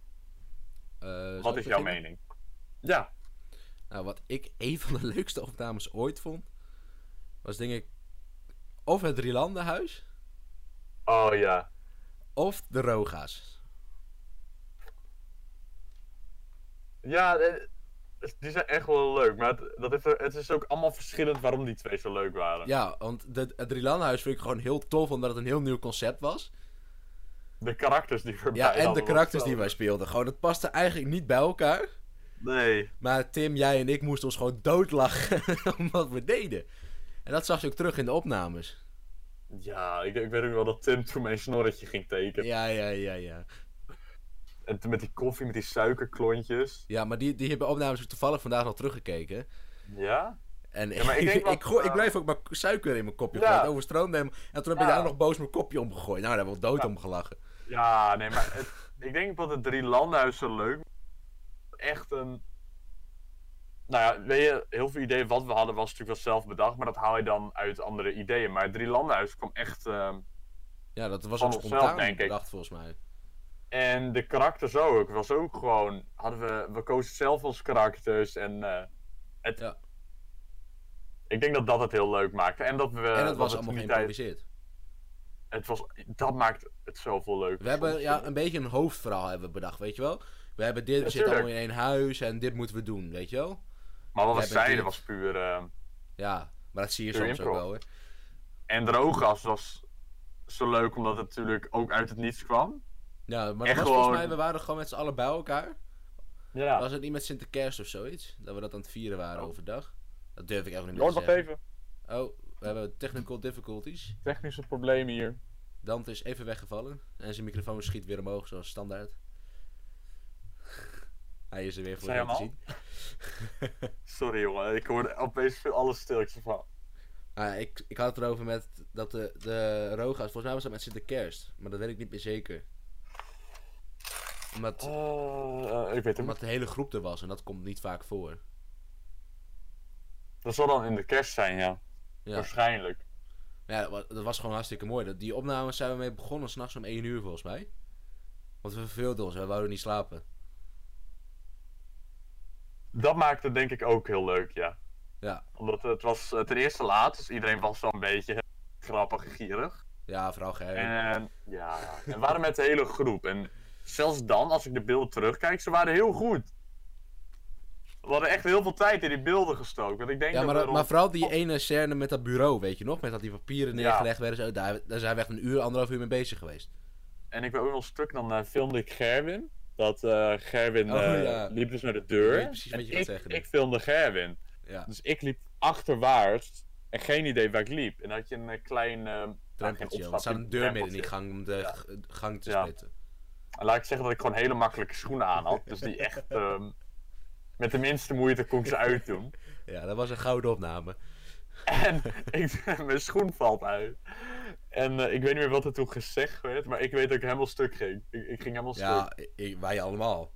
Speaker 1: Eh, zal
Speaker 3: Wat
Speaker 1: ik
Speaker 3: is jouw
Speaker 1: beginnen?
Speaker 3: mening? Ja,
Speaker 1: Nou, wat ik een van de leukste opnames ooit vond, was denk ik of het Drielandenhuis
Speaker 3: oh ja.
Speaker 1: of de Roga's.
Speaker 3: Ja, eh, die zijn echt wel leuk, maar het, dat heeft, er- het is ook allemaal verschillend waarom die twee zo leuk waren.
Speaker 1: Ja, want de, het Drielandenhuis vind ik gewoon heel tof, omdat het een heel nieuw concept was.
Speaker 3: De karakters die voorbij
Speaker 1: Ja, en de
Speaker 3: hadden was
Speaker 1: karakters
Speaker 3: zo-
Speaker 1: die wij speelden. Gewoon, het paste eigenlijk niet bij elkaar.
Speaker 3: Nee.
Speaker 1: Maar Tim, jij en ik moesten ons gewoon doodlachen om wat we deden. En dat zag je ook terug in de opnames.
Speaker 3: Ja, ik, ik weet ook wel dat Tim toen mijn snorretje ging tekenen.
Speaker 1: Ja, ja, ja, ja.
Speaker 3: En toen met die koffie, met die suikerklontjes.
Speaker 1: Ja, maar die, die hebben opnames ook toevallig vandaag nog teruggekeken.
Speaker 3: Ja?
Speaker 1: En
Speaker 3: Ja, maar ik
Speaker 1: ik,
Speaker 3: denk
Speaker 1: ik,
Speaker 3: dat,
Speaker 1: gooi- ik
Speaker 3: eh,
Speaker 1: blijf ook maar k- suiker in mijn kopje
Speaker 3: Ja.
Speaker 1: gooien. Het overstroomde hem. En toen heb ik
Speaker 3: Ja.
Speaker 1: daar nog boos mijn kopje omgegooid. Nou, daar hebben we dood om gelachen.
Speaker 3: Ja, nee, maar het- ik denk dat het drie landenhuis zo leuk echt een. Nou ja, weet je, heel veel ideeën wat we hadden was natuurlijk wel zelf bedacht, maar dat haal je dan uit andere ideeën. Maar het drie landenhuis kwam echt. ehm,
Speaker 1: Ja, dat was
Speaker 3: Van
Speaker 1: ook
Speaker 3: onszelf, denk
Speaker 1: spontaan
Speaker 3: ik.
Speaker 1: bedacht volgens mij.
Speaker 3: En de karakters ook. Was ook gewoon. Hadden we, we kozen zelf onze karakters en. eh, het...
Speaker 1: Ja.
Speaker 3: Ik denk dat dat het heel leuk maakte. En dat we.
Speaker 1: en
Speaker 3: dat
Speaker 1: dat
Speaker 3: we
Speaker 1: was
Speaker 3: toen
Speaker 1: allemaal
Speaker 3: die tijd-
Speaker 1: geïmproviseerd.
Speaker 3: Het was, dat maakt het zoveel leuker.
Speaker 1: We hebben
Speaker 3: soms, eh,
Speaker 1: ja,
Speaker 3: joh.
Speaker 1: een beetje een hoofdverhaal hebben we bedacht, weet je wel? We hebben dit, we zitten
Speaker 3: tuurlijk.
Speaker 1: allemaal in één huis en dit moeten we doen, weet je wel?
Speaker 3: Maar wat
Speaker 1: we
Speaker 3: we
Speaker 1: hebben
Speaker 3: zeiden
Speaker 1: dit.
Speaker 3: was puur. ehm,
Speaker 1: Ja, maar dat zie je
Speaker 3: Puur
Speaker 1: soms ook
Speaker 3: improv.
Speaker 1: wel, hè?
Speaker 3: En drooggas was zo leuk omdat het natuurlijk ook uit het niets kwam.
Speaker 1: Ja, maar dat
Speaker 3: Echt
Speaker 1: was volgens
Speaker 3: gewoon-
Speaker 1: mij, we waren gewoon met z'n allen bij elkaar.
Speaker 3: Ja.
Speaker 1: Was het niet met Sinterkerst of zoiets? Dat we dat aan het vieren waren
Speaker 3: Oh.
Speaker 1: overdag? Dat durf ik even niet meer
Speaker 3: Lord,
Speaker 1: te
Speaker 3: wacht
Speaker 1: zeggen.
Speaker 3: even.
Speaker 1: Oh, we hebben technical difficulties.
Speaker 3: Technische problemen hier.
Speaker 1: Dante is even weggevallen en zijn microfoon schiet weer omhoog zoals standaard. Hij is er weer voor
Speaker 3: Zijn
Speaker 1: jou te
Speaker 3: hem
Speaker 1: zien.
Speaker 3: Sorry jongen, ik hoorde opeens veel alles stiltjes van.
Speaker 1: Ah, ik, ik had het erover met dat de, de Roga's, volgens mij was dat met Sinterkerst, maar dat weet ik niet meer zeker. Omdat,
Speaker 3: Oh. Eh, eh, ik weet het niet.
Speaker 1: omdat de hele groep er was en dat komt niet vaak voor.
Speaker 3: Dat zal dan in de kerst zijn, ja.
Speaker 1: Ja,
Speaker 3: Waarschijnlijk.
Speaker 1: ja dat, wa- dat was gewoon hartstikke mooi. Dat, die opnames zijn we mee begonnen s'nachts om 1 uur volgens mij. Want we verveelden ons, we wouden niet slapen.
Speaker 3: Dat maakt het denk ik ook heel leuk, ja.
Speaker 1: Ja.
Speaker 3: Omdat het was eh, ten eerste laat, dus iedereen was wel een beetje grappig en gierig.
Speaker 1: Ja, vooral Ger.
Speaker 3: En ja, en we waren met de hele groep. En zelfs dan, als ik de beelden terugkijk, ze waren heel goed. We hadden echt heel veel tijd in die beelden gestoken. Want ik denk
Speaker 1: Ja,
Speaker 3: dat
Speaker 1: maar,
Speaker 3: we
Speaker 1: dat-
Speaker 3: rond-
Speaker 1: maar vooral die ene scène met dat bureau, weet je nog? Met dat die papieren
Speaker 3: Oh. Ja.
Speaker 1: neergelegd werden. Zo, daar, daar zijn we echt een uur, anderhalf uur mee bezig geweest.
Speaker 3: En ik ben ook nog stuk, dan eh, filmde ik Gerwin. Dat eh, Gerwin
Speaker 1: Oh,
Speaker 3: eh,
Speaker 1: ja.
Speaker 3: liep dus naar de
Speaker 1: Ik
Speaker 3: deur.
Speaker 1: weet precies
Speaker 3: en
Speaker 1: wat je
Speaker 3: ik,
Speaker 1: gaat zeggen,
Speaker 3: ik
Speaker 1: dit.
Speaker 3: filmde Gerwin.
Speaker 1: Ja,
Speaker 3: Dus ik liep achterwaarts en geen idee waar ik liep. En dan had je een eh, klein... eh, nou, geen
Speaker 1: drempeltje.
Speaker 3: opstapje,
Speaker 1: Want er staat een deur midden in die
Speaker 3: drempeltje.
Speaker 1: gang om de g- gang te
Speaker 3: Ja.
Speaker 1: splitten.
Speaker 3: En laat ik zeggen dat ik gewoon hele makkelijke schoenen aan had. Dus die echt... ehm, Met de minste moeite kon ik ze uitdoen.
Speaker 1: Ja, dat was een gouden opname.
Speaker 3: En ik, mijn schoen valt uit. En eh, ik weet niet meer wat er toen gezegd werd, maar ik weet dat ik helemaal stuk ging. Ik, ik ging helemaal stuk.
Speaker 1: Ja, ik- wij allemaal.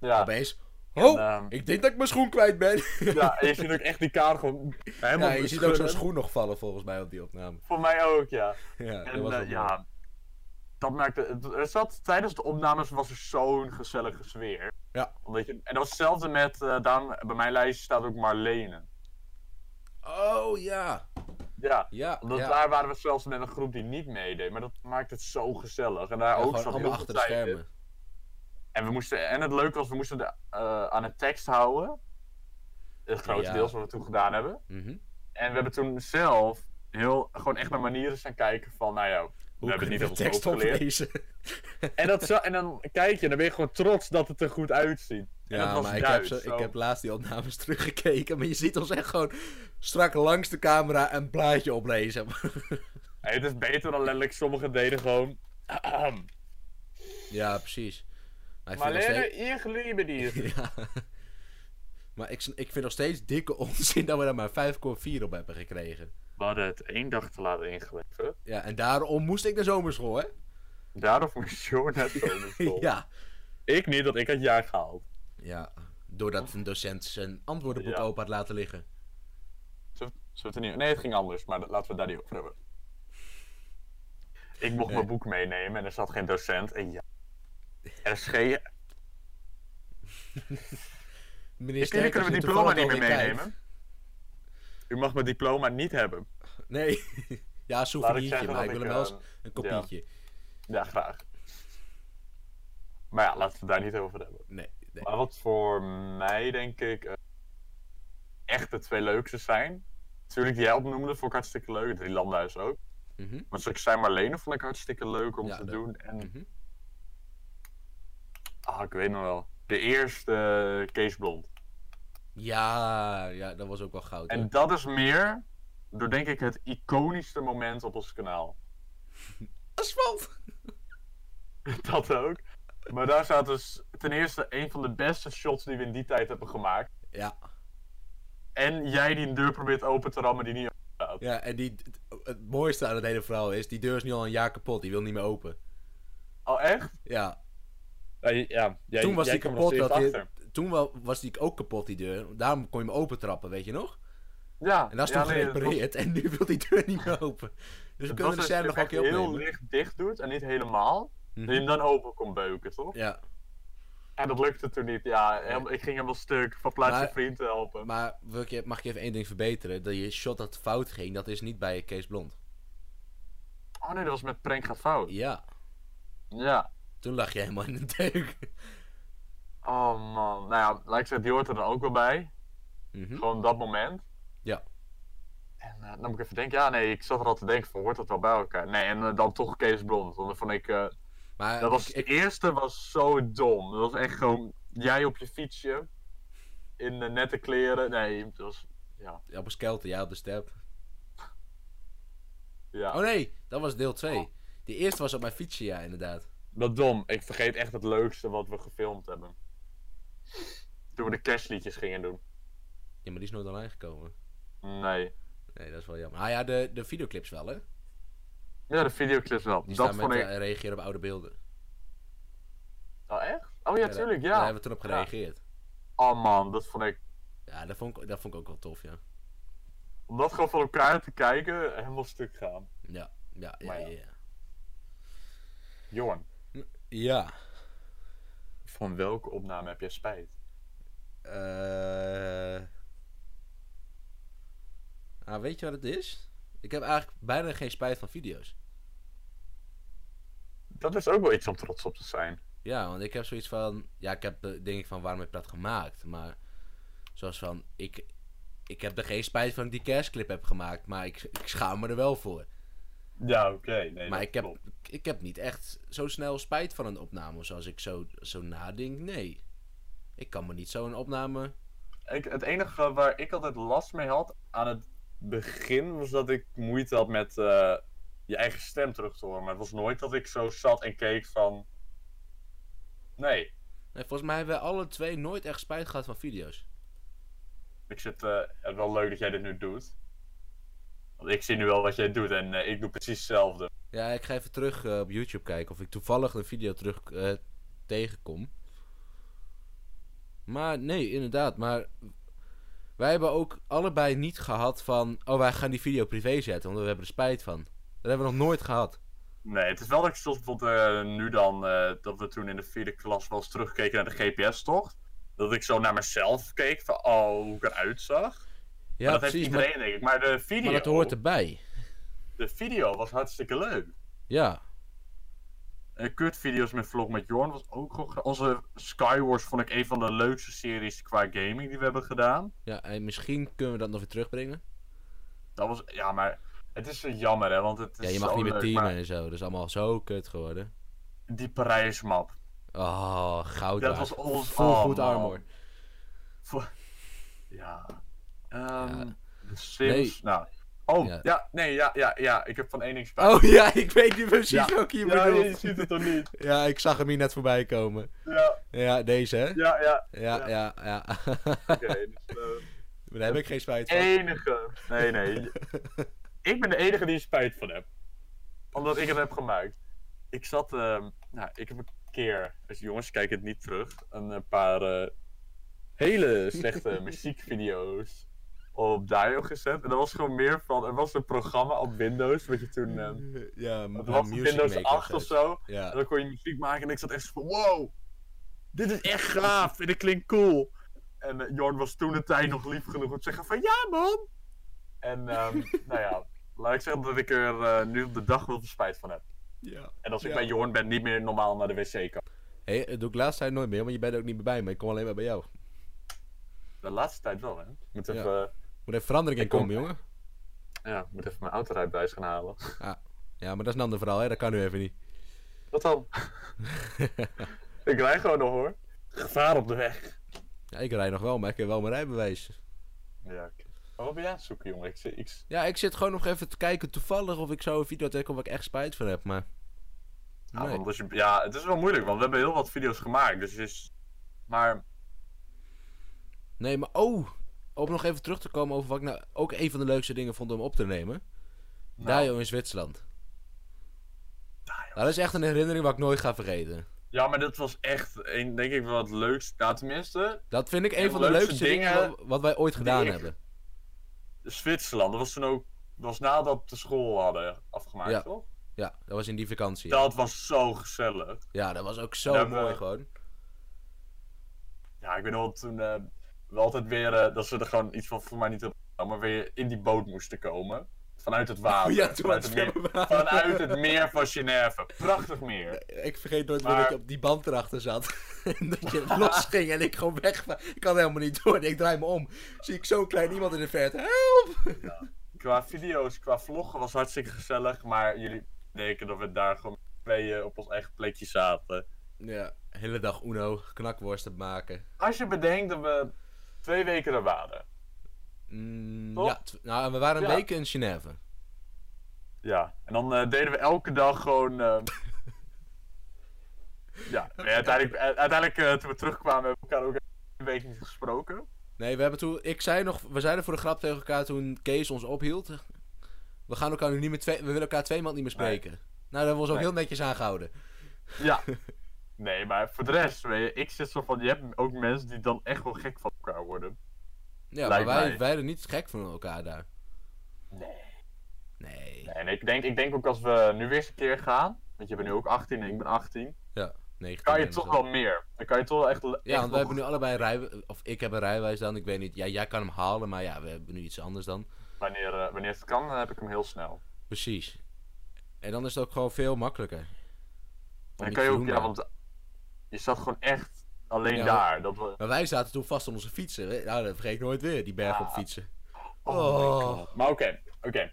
Speaker 3: Ja,
Speaker 1: Opeens. Oh,
Speaker 3: ehm,
Speaker 1: ik denk dat ik mijn schoen kwijt ben.
Speaker 3: ja, en je ziet ook echt die kaart gewoon helemaal
Speaker 1: Ja, je ziet ook zo'n
Speaker 3: schudden.
Speaker 1: schoen nog vallen volgens mij op die opname.
Speaker 3: Voor mij ook, ja.
Speaker 1: Ja, dat
Speaker 3: En
Speaker 1: was
Speaker 3: eh,
Speaker 1: wel mooi.
Speaker 3: ja, dat maakte. het- Er zat, tijdens de opnames was er zo'n gezellige sfeer.
Speaker 1: Ja.
Speaker 3: Omdat je, en dat was hetzelfde met. eh daarom, bij mijn lijstje staat ook Marlene.
Speaker 1: Oh ja.
Speaker 3: Ja.
Speaker 1: Ja,
Speaker 3: Omdat
Speaker 1: ja.
Speaker 3: daar waren we zelfs met een groep die niet meedeed. Maar dat maakt het zo gezellig. En daar
Speaker 1: Ja,
Speaker 3: ook
Speaker 1: gewoon
Speaker 3: zat heel
Speaker 1: allemaal
Speaker 3: veel
Speaker 1: achter de
Speaker 3: tijd in.
Speaker 1: schermen.
Speaker 3: En, we moesten, en het leuke was, we moesten de, eh, aan het tekst houden. Het grootste
Speaker 1: Ja.
Speaker 3: deels wat we toen gedaan hebben.
Speaker 1: Mhm.
Speaker 3: En we hebben toen zelf heel, gewoon echt naar manieren gaan kijken van, nou ja, we
Speaker 1: Hoe
Speaker 3: hebben
Speaker 1: kun
Speaker 3: niet
Speaker 1: je
Speaker 3: heel
Speaker 1: de
Speaker 3: veel
Speaker 1: tekst
Speaker 3: geleerd.
Speaker 1: oplezen?
Speaker 3: En, dat zo, en dan kijk je, dan ben je gewoon trots dat het er goed uitziet. En dat
Speaker 1: Ja,
Speaker 3: was
Speaker 1: maar ik heb,
Speaker 3: Duits,
Speaker 1: ze,
Speaker 3: zo.
Speaker 1: ik heb laatst die opnames teruggekeken. Maar je ziet ons echt gewoon strak langs de camera een plaatje oplezen.
Speaker 3: Hey, het is beter dan letterlijk sommigen deden gewoon... Ahem.
Speaker 1: ja, precies. Maar ik vind nog
Speaker 3: Marlene,
Speaker 1: steeds...
Speaker 3: ich liebe dir.
Speaker 1: Ja. Maar ik, ik vind nog steeds dikke onzin dat we daar maar 5,4 op hebben gekregen.
Speaker 3: We hadden het één dag te laat ingeleverd.
Speaker 1: Ja, en daarom moest ik naar zomerschool, hè?
Speaker 3: Daardoor moest Sjoerd naar zomerschool.
Speaker 1: ja.
Speaker 3: Ik niet, dat ik het jaar gehaald.
Speaker 1: Ja, doordat een docent zijn antwoordenboek
Speaker 3: Ja.
Speaker 1: open had laten liggen.
Speaker 3: Zullen we het er niet... Nee, het ging anders, maar dat- laten we het daar niet over hebben. Ik mocht
Speaker 1: Nee.
Speaker 3: mijn boek meenemen en er zat geen docent. En ja, RSG
Speaker 1: Meneer
Speaker 3: Jullie kunnen
Speaker 1: we
Speaker 3: mijn diploma niet meer meenemen. U mag mijn diploma niet hebben.
Speaker 1: Nee. ja, een souvenirtje,
Speaker 3: zeggen
Speaker 1: maar ik
Speaker 3: dat
Speaker 1: wil
Speaker 3: ik,
Speaker 1: hem wel eens
Speaker 3: eh,
Speaker 1: een kopietje.
Speaker 3: Ja, graag. Maar ja, laten we het daar niet over hebben.
Speaker 1: Nee, nee.
Speaker 3: Maar wat voor mij, denk ik, eh, echt de twee leukste zijn. Natuurlijk, die jij opnoemde, vond ik hartstikke leuk. Die landhuis ook.
Speaker 1: Mhm.
Speaker 3: Maar zoals ik zei, Marlene vond ik hartstikke leuk om
Speaker 1: Ja,
Speaker 3: te
Speaker 1: dat-
Speaker 3: doen. En...
Speaker 1: mhm.
Speaker 3: Ah, ik weet nog wel. De eerste, eh, Kees Blond.
Speaker 1: Ja, ja, dat was ook wel goud.
Speaker 3: En
Speaker 1: hè.
Speaker 3: dat is meer door, denk ik, het iconischste moment op ons kanaal.
Speaker 1: Asfalt!
Speaker 3: Dat ook. Maar daar staat dus ten eerste een van de beste shots die we in die tijd hebben gemaakt.
Speaker 1: Ja.
Speaker 3: En jij die een deur probeert open te rammen die niet open staat.
Speaker 1: ja, en die, het, het mooiste aan het hele verhaal is, die deur is nu al een jaar kapot, die wil niet meer open.
Speaker 3: Oh, echt?
Speaker 1: Ja,
Speaker 3: Ja, ja jij,
Speaker 1: toen was
Speaker 3: jij
Speaker 1: die
Speaker 3: kwam er
Speaker 1: kapot,
Speaker 3: nog
Speaker 1: dat
Speaker 3: steeds
Speaker 1: die- toen wel, was die ook kapot, die deur. Daarom kon je hem open trappen, weet je nog?
Speaker 3: Ja,
Speaker 1: En dat is
Speaker 3: ja,
Speaker 1: toen
Speaker 3: nee, het was-
Speaker 1: gerepareerd en nu wil die deur niet meer open. Dus we
Speaker 3: het
Speaker 1: kunnen de
Speaker 3: was
Speaker 1: scène nog
Speaker 3: dat
Speaker 1: wel
Speaker 3: je
Speaker 1: een keer
Speaker 3: hem echt heel
Speaker 1: opnemen.
Speaker 3: licht dicht doet en niet helemaal.
Speaker 1: Mhm.
Speaker 3: Dat je hem dan open kon beuken, toch?
Speaker 1: Ja,
Speaker 3: En dat lukte toen niet. Ja, helemaal- ik ging helemaal stuk van plaats je
Speaker 1: Maar-
Speaker 3: vriend te helpen.
Speaker 1: maar wil ik je, mag ik je even één ding verbeteren? Dat je shot dat fout ging, dat is niet bij Kees Blond.
Speaker 3: Oh nee, dat was met prank gaat fout.
Speaker 1: Ja,
Speaker 3: Ja.
Speaker 1: toen lag je helemaal in de deuk.
Speaker 3: Oh man. Nou ja, laat ik zeggen, die hoort er dan ook wel bij.
Speaker 1: Mhm.
Speaker 3: Gewoon dat moment.
Speaker 1: Ja.
Speaker 3: En eh, dan moet ik even denken, ja nee, ik zat er al te denken van, hoort dat wel bij elkaar? Nee, en eh, dan toch Kees Blond, want dan vond ik, eh,
Speaker 1: Maar
Speaker 3: dat was,
Speaker 1: ik-
Speaker 3: het eerste was zo dom. Dat was echt gewoon, jij op je fietsje, in de nette kleren, nee, dat was, ja,
Speaker 1: ik- op een skelter, ja, op de step.
Speaker 3: ja.
Speaker 1: Oh nee, dat was deel 2.
Speaker 3: Oh.
Speaker 1: Die eerste was op mijn fietsje, ja, inderdaad.
Speaker 3: Dat dom, ik vergeet echt het leukste wat we gefilmd hebben. Toen we de kerstliedjes gingen doen.
Speaker 1: Ja, maar die is nooit online gekomen.
Speaker 3: Nee.
Speaker 1: Nee, dat is wel jammer. Ah ja, de, de videoclips wel, hè?
Speaker 3: Ja, de videoclips wel.
Speaker 1: Die
Speaker 3: dat
Speaker 1: staan met
Speaker 3: vond ik...
Speaker 1: eh, reageren op oude beelden. Ja,
Speaker 3: Oh, echt? Oh
Speaker 1: eh,
Speaker 3: ja,
Speaker 1: daar-
Speaker 3: tuurlijk,
Speaker 1: Daar
Speaker 3: ja.
Speaker 1: hebben we toen op
Speaker 3: Ja.
Speaker 1: gereageerd.
Speaker 3: Oh man, dat vond ik...
Speaker 1: Ja, dat, vond ik, dat vond ik ook wel tof, ja.
Speaker 3: Om dat gewoon van elkaar te kijken, helemaal stuk gaan.
Speaker 1: Ja, ja, ja,
Speaker 3: Maar
Speaker 1: ja.
Speaker 3: ja.
Speaker 1: Ja.
Speaker 3: Johan.
Speaker 1: ja.
Speaker 3: Van welke opname heb jij spijt?
Speaker 1: Eh. Ah, weet je wat het is? Ik heb eigenlijk bijna geen spijt van video's.
Speaker 3: Dat is ook wel iets om trots op te zijn.
Speaker 1: Ja, want ik heb zoiets van... Ja, ik heb eh, denk ik van waarom heb ik dat gemaakt? Maar zoals van... Ik, ik heb er geen spijt van dat ik die kerstclip heb gemaakt. Maar ik, ik schaam me er wel voor.
Speaker 3: Ja, oké. Nee,
Speaker 1: maar
Speaker 3: dat
Speaker 1: ik heb,
Speaker 3: klopt.
Speaker 1: ik heb niet echt zo snel spijt van een opname. Zoals ik zo, zo nadenk. Nee. Ik kan me niet zo'n opname...
Speaker 3: Ik, het enige waar ik altijd last mee had aan het begin was dat ik moeite had met eh, je eigen stem terug te horen. Maar het was nooit dat ik zo zat en keek van. Nee,
Speaker 1: Nee, volgens mij hebben we alle twee nooit echt spijt gehad van video's.
Speaker 3: Ik zit eh, het wel leuk dat jij dit nu doet. Want ik zie nu wel wat jij doet en eh, ik doe precies hetzelfde.
Speaker 1: Ja, ik ga even terug eh, op YouTube kijken of ik toevallig een video terug eh, tegenkom. Maar nee, inderdaad. Maar wij hebben ook allebei niet gehad van... Oh, wij gaan die video privé zetten, want we hebben er spijt van. Dat hebben we nog nooit gehad.
Speaker 3: Nee, het is wel dat ik soms bijvoorbeeld eh, nu dan, eh, dat we toen in de vierde klas wel eens terugkeken naar de GPS-tocht. Dat ik zo naar mezelf keek van, oh, hoe ik eruit zag.
Speaker 1: Ja,
Speaker 3: maar dat
Speaker 1: precies.
Speaker 3: heeft
Speaker 1: maar-
Speaker 3: iedereen, denk ik. Maar de video,
Speaker 1: maar dat hoort erbij.
Speaker 3: de video was hartstikke leuk.
Speaker 1: Ja.
Speaker 3: Eh, Kutvideo's met Vlog met Jorn was ook gewoon... gra- Onze Skywars vond ik een van de leukste series qua gaming die we hebben gedaan.
Speaker 1: Ja, en misschien kunnen we dat nog weer terugbrengen.
Speaker 3: Dat was... Ja, maar... Het is zo jammer, hè, want het is
Speaker 1: Ja, je mag
Speaker 3: zo
Speaker 1: niet meer
Speaker 3: leuk,
Speaker 1: teamen
Speaker 3: maar
Speaker 1: en zo. Dat is allemaal zo kut geworden.
Speaker 3: Die Parijs-map.
Speaker 1: Oh, goud.
Speaker 3: Dat
Speaker 1: waard.
Speaker 3: was ons...
Speaker 1: Full
Speaker 3: oh,
Speaker 1: goed
Speaker 3: man.
Speaker 1: armor.
Speaker 3: Voor- Ja. Ehm,
Speaker 1: Ja.
Speaker 3: de Sims... Nou... Oh,
Speaker 1: Ja.
Speaker 3: ja. nee, ja, ja, ja. Ik heb van één ding spijt.
Speaker 1: Oh ja, ik weet niet precies
Speaker 3: Ja.
Speaker 1: welke je
Speaker 3: ja, je
Speaker 1: bedoelt.
Speaker 3: ziet het toch niet?
Speaker 1: Ja, ik zag hem hier net voorbij komen.
Speaker 3: Ja,
Speaker 1: Ja, deze hè?
Speaker 3: ja, ja.
Speaker 1: Ja,
Speaker 3: ja.
Speaker 1: ja, ja.
Speaker 3: Oké, dus, eh,
Speaker 1: Maar Daar heb ik geen spijt van.
Speaker 3: enige. Nee, nee. ik ben de enige die er spijt van heb. Omdat ik het heb gemaakt. Ik zat, ehm, nou, ik heb een keer, dus jongens, kijk het niet terug, een, eh, paar eh, hele slechte muziekvideo's op Dio gezet. En er was gewoon meer van, er was een programma op Windows, wat je toen, ehm
Speaker 1: Mm. Ja,
Speaker 3: het
Speaker 1: maar
Speaker 3: was Windows 8 of zo. En
Speaker 1: Ja.
Speaker 3: dan kon je muziek maken en ik zat echt zo van, wow, dit is echt gaaf en dit klinkt cool. En eh, Jorn was toen de tijd nog lief genoeg om te zeggen van, ja man. En ehm, nou ja, laat ik zeggen dat ik er eh, nu op de dag wel veel spijt van heb.
Speaker 1: ja.
Speaker 3: En als ik
Speaker 1: Ja.
Speaker 3: bij Jorn ben, niet meer normaal naar de wc kan.
Speaker 1: Hé, dat doe ik laatst tijd nooit meer, want je bent ook niet meer bij me. Ik kom alleen maar bij jou.
Speaker 3: De laatste tijd wel, hè. Ik moet
Speaker 1: Ja.
Speaker 3: even,
Speaker 1: Moet even verandering in
Speaker 3: Ik kom.
Speaker 1: komen, jongen.
Speaker 3: ja, ik moet even mijn autorijbewijs gaan halen.
Speaker 1: Ja, maar dat is een ander verhaal, hè? Dat kan nu even niet.
Speaker 3: Wat dan? ik rij gewoon nog, hoor. Gevaar op de weg.
Speaker 1: Ja, ik rij nog wel, maar ik heb wel mijn rijbewijs.
Speaker 3: Ja, oké. Maar wat ben jij aan het zoeken, jongen? Ik, zit- ik,
Speaker 1: Ja, ik zit gewoon nog even te kijken toevallig of ik zo een video tegenkom waar ik echt spijt van heb, maar...
Speaker 3: Ja,
Speaker 1: Nee.
Speaker 3: want als je, ja, het is wel moeilijk, want we hebben heel wat video's gemaakt. Dus het is... Maar
Speaker 1: Nee, maar oh! Om nog even terug te komen over wat ik nou ook een van de leukste dingen vond om op te nemen.
Speaker 3: nou,
Speaker 1: Dajo in Zwitserland. Nou, dat is echt een herinnering wat ik nooit ga vergeten.
Speaker 3: ja, maar dat was echt, een, denk ik, wel het leukste. Nou, tenminste,
Speaker 1: Dat vind ik een
Speaker 3: De
Speaker 1: van de
Speaker 3: leukste
Speaker 1: leukste dingen
Speaker 3: dingen
Speaker 1: wa- wat wij ooit gedaan
Speaker 3: ik-
Speaker 1: hebben.
Speaker 3: Zwitserland. Dat was toen ook, dat was nadat de school hadden afgemaakt,
Speaker 1: Ja.
Speaker 3: toch?
Speaker 1: Ja, dat was in die vakantie. ja.
Speaker 3: Dat was zo gezellig.
Speaker 1: Ja, dat was ook zo
Speaker 3: Daar
Speaker 1: mooi
Speaker 3: we-
Speaker 1: gewoon.
Speaker 3: Ja, ik weet nog wel toen eh, we altijd weer, eh, dat ze er gewoon iets van, voor mij niet op, nou, maar weer in die boot moesten komen. Vanuit het water.
Speaker 1: Oh ja, toen
Speaker 3: vanuit,
Speaker 1: was
Speaker 3: het
Speaker 1: het
Speaker 3: meer,
Speaker 1: zwemmen.
Speaker 3: vanuit het meer van Genève. Prachtig meer.
Speaker 1: Ik vergeet nooit
Speaker 3: Maar-
Speaker 1: dat ik op die band erachter zat. En dat je losging en ik gewoon weg. Ik kan helemaal niet door. En ik draai me om. Zie ik zo'n klein iemand in de verte. Help!
Speaker 3: Qua video's, qua vloggen was hartstikke gezellig, maar jullie denken dat we daar gewoon met tweeën op ons eigen plekje zaten.
Speaker 1: Ja, hele dag Uno, knakworsten maken.
Speaker 3: Als je bedenkt dat we twee weken er waren.
Speaker 1: Mm,
Speaker 3: Toch?
Speaker 1: ja, tw- nou, en we waren een
Speaker 3: Ja.
Speaker 1: week in Genève.
Speaker 3: Ja. En dan eh, deden we elke dag gewoon. eh, ja, nee, uiteindelijk, u- uiteindelijk eh, toen we terugkwamen hebben we elkaar ook een week niet gesproken.
Speaker 1: Nee, we hebben toen. Ik zei nog. We zeiden voor de grap tegen elkaar toen Kees ons ophield. We gaan elkaar nu niet meer twee. We willen elkaar twee maanden niet meer
Speaker 3: Nee.
Speaker 1: spreken. Nou, daar hebben we ons ook
Speaker 3: Nee.
Speaker 1: heel netjes aangehouden.
Speaker 3: Ja. Nee, maar voor de rest, weet je, ik zit zo van, je hebt ook mensen die dan echt wel gek van elkaar worden.
Speaker 1: Ja,
Speaker 3: Lijkt
Speaker 1: maar wij,
Speaker 3: mij.
Speaker 1: wij er niet gek van elkaar daar.
Speaker 3: Nee.
Speaker 1: Nee.
Speaker 3: En ik denk, ik denk ook als we nu weer eens een keer gaan, want je bent nu ook 18 en ik ben 18.
Speaker 1: Ja, 19.
Speaker 3: kan je
Speaker 1: en zo.
Speaker 3: toch wel meer. Dan kan je toch wel echt.
Speaker 1: Ja, want we hebben nu allebei een rijbewijs. Of ik heb een rijwijs dan. Ik weet niet. Ja, jij kan hem halen, maar ja, we hebben nu iets anders dan.
Speaker 3: Wanneer, eh, wanneer het kan, dan heb ik hem heel snel.
Speaker 1: Precies. En dan is het ook gewoon veel makkelijker. Om
Speaker 3: Dan
Speaker 1: iets
Speaker 3: kan
Speaker 1: te
Speaker 3: je ook,
Speaker 1: doen
Speaker 3: ja,
Speaker 1: daar.
Speaker 3: want eh, je zat gewoon echt alleen
Speaker 1: Ja,
Speaker 3: daar. Dat we...
Speaker 1: Maar wij zaten toen vast op onze fietsen. hè. Nou, dat vergeet ik nooit weer, die berg op
Speaker 3: Ah.
Speaker 1: fietsen.
Speaker 3: Oh,
Speaker 1: Oh.
Speaker 3: my god. Maar oké, oké.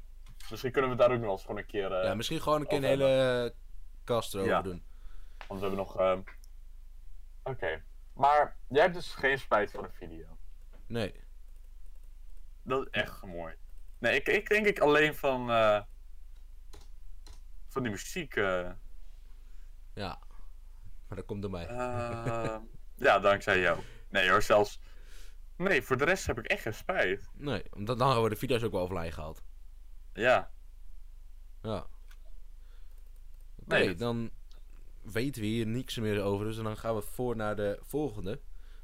Speaker 3: Misschien kunnen we daar ook nog wel eens gewoon een keer. eh,
Speaker 1: Ja, misschien gewoon een keer een
Speaker 3: Of, eh,
Speaker 1: hele eh, kast erover
Speaker 3: Ja.
Speaker 1: doen.
Speaker 3: Want we hebben nog. eh, Oké. Maar jij hebt dus geen spijt van een video.
Speaker 1: Nee.
Speaker 3: Dat is echt mooi. Nee, ik, ik denk ik alleen van. eh, van die muziek. eh,
Speaker 1: Ja. Maar dat komt door mij.
Speaker 3: eh, Ja, dankzij jou. Nee hoor, zelfs... Nee, voor de rest heb ik echt geen spijt.
Speaker 1: Nee, omdat dan worden de video's ook wel offline gehaald.
Speaker 3: Ja.
Speaker 1: Ja. Oké,
Speaker 3: Nee, dat-
Speaker 1: dan weten we hier niks meer over. Dus dan gaan we voor naar de volgende.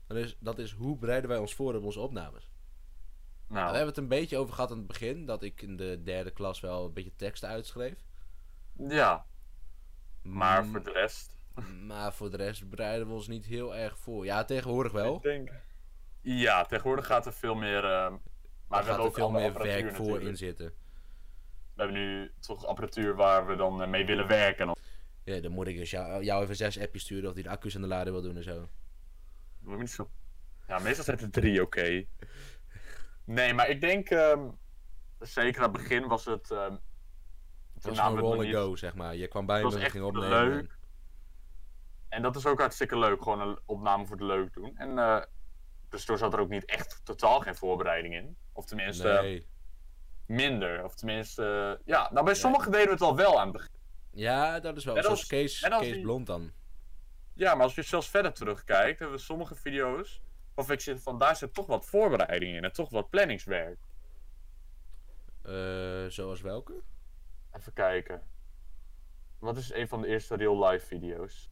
Speaker 1: Dat is, dat is hoe bereiden wij ons voor op onze opnames? Nou,
Speaker 3: Nou,
Speaker 1: we hebben het een beetje over gehad aan het begin. Dat ik in de derde klas wel een beetje teksten uitschreef.
Speaker 3: ja. Maar
Speaker 1: Mm,
Speaker 3: voor de rest...
Speaker 1: maar voor de rest bereiden we ons niet heel erg voor. Ja, tegenwoordig wel.
Speaker 3: Ik denk... Ja, tegenwoordig gaat er veel meer... ehm, maar
Speaker 1: Daar
Speaker 3: we
Speaker 1: gaat
Speaker 3: hebben
Speaker 1: er
Speaker 3: ook
Speaker 1: veel meer
Speaker 3: apparatuur
Speaker 1: werk voor in
Speaker 3: natuurlijk.
Speaker 1: zitten.
Speaker 3: We hebben nu toch apparatuur waar we dan eh, mee willen werken.
Speaker 1: Ja, dan moet ik eens jou, jou even zes appjes sturen of die de accu's aan de lader wil doen en zo.
Speaker 3: Moet je niet zo- Ja, meestal zijn het drie, oké. Nee, maar ik denk... ehm, zeker aan het begin was het... ehm,
Speaker 1: Het was
Speaker 3: namen
Speaker 1: gewoon
Speaker 3: we het nog
Speaker 1: roll and
Speaker 3: niet.
Speaker 1: go, zeg maar. Je kwam bij
Speaker 3: Het
Speaker 1: me
Speaker 3: was
Speaker 1: en
Speaker 3: echt
Speaker 1: ging
Speaker 3: voor de
Speaker 1: opnemen.
Speaker 3: leuk. En dat is ook hartstikke leuk, gewoon een opname voor de leuk doen. En eh, dus toen zat er ook niet echt totaal geen voorbereiding in. Of tenminste, eh,
Speaker 1: Nee.
Speaker 3: minder. Of tenminste, eh, ja. Nou, bij sommigen deden we het al wel aan het begin.
Speaker 1: Ja, dat is wel.
Speaker 3: Net
Speaker 1: Zoals
Speaker 3: als-
Speaker 1: Kees,
Speaker 3: net als
Speaker 1: Kees
Speaker 3: die-
Speaker 1: Blond dan.
Speaker 3: Ja, maar als je zelfs verder terugkijkt, hebben we sommige video's... Of ik zit van, daar zit toch wat voorbereiding in en toch wat planningswerk.
Speaker 1: Eh, zoals welke?
Speaker 3: Even kijken. Wat is een van de eerste real life video's?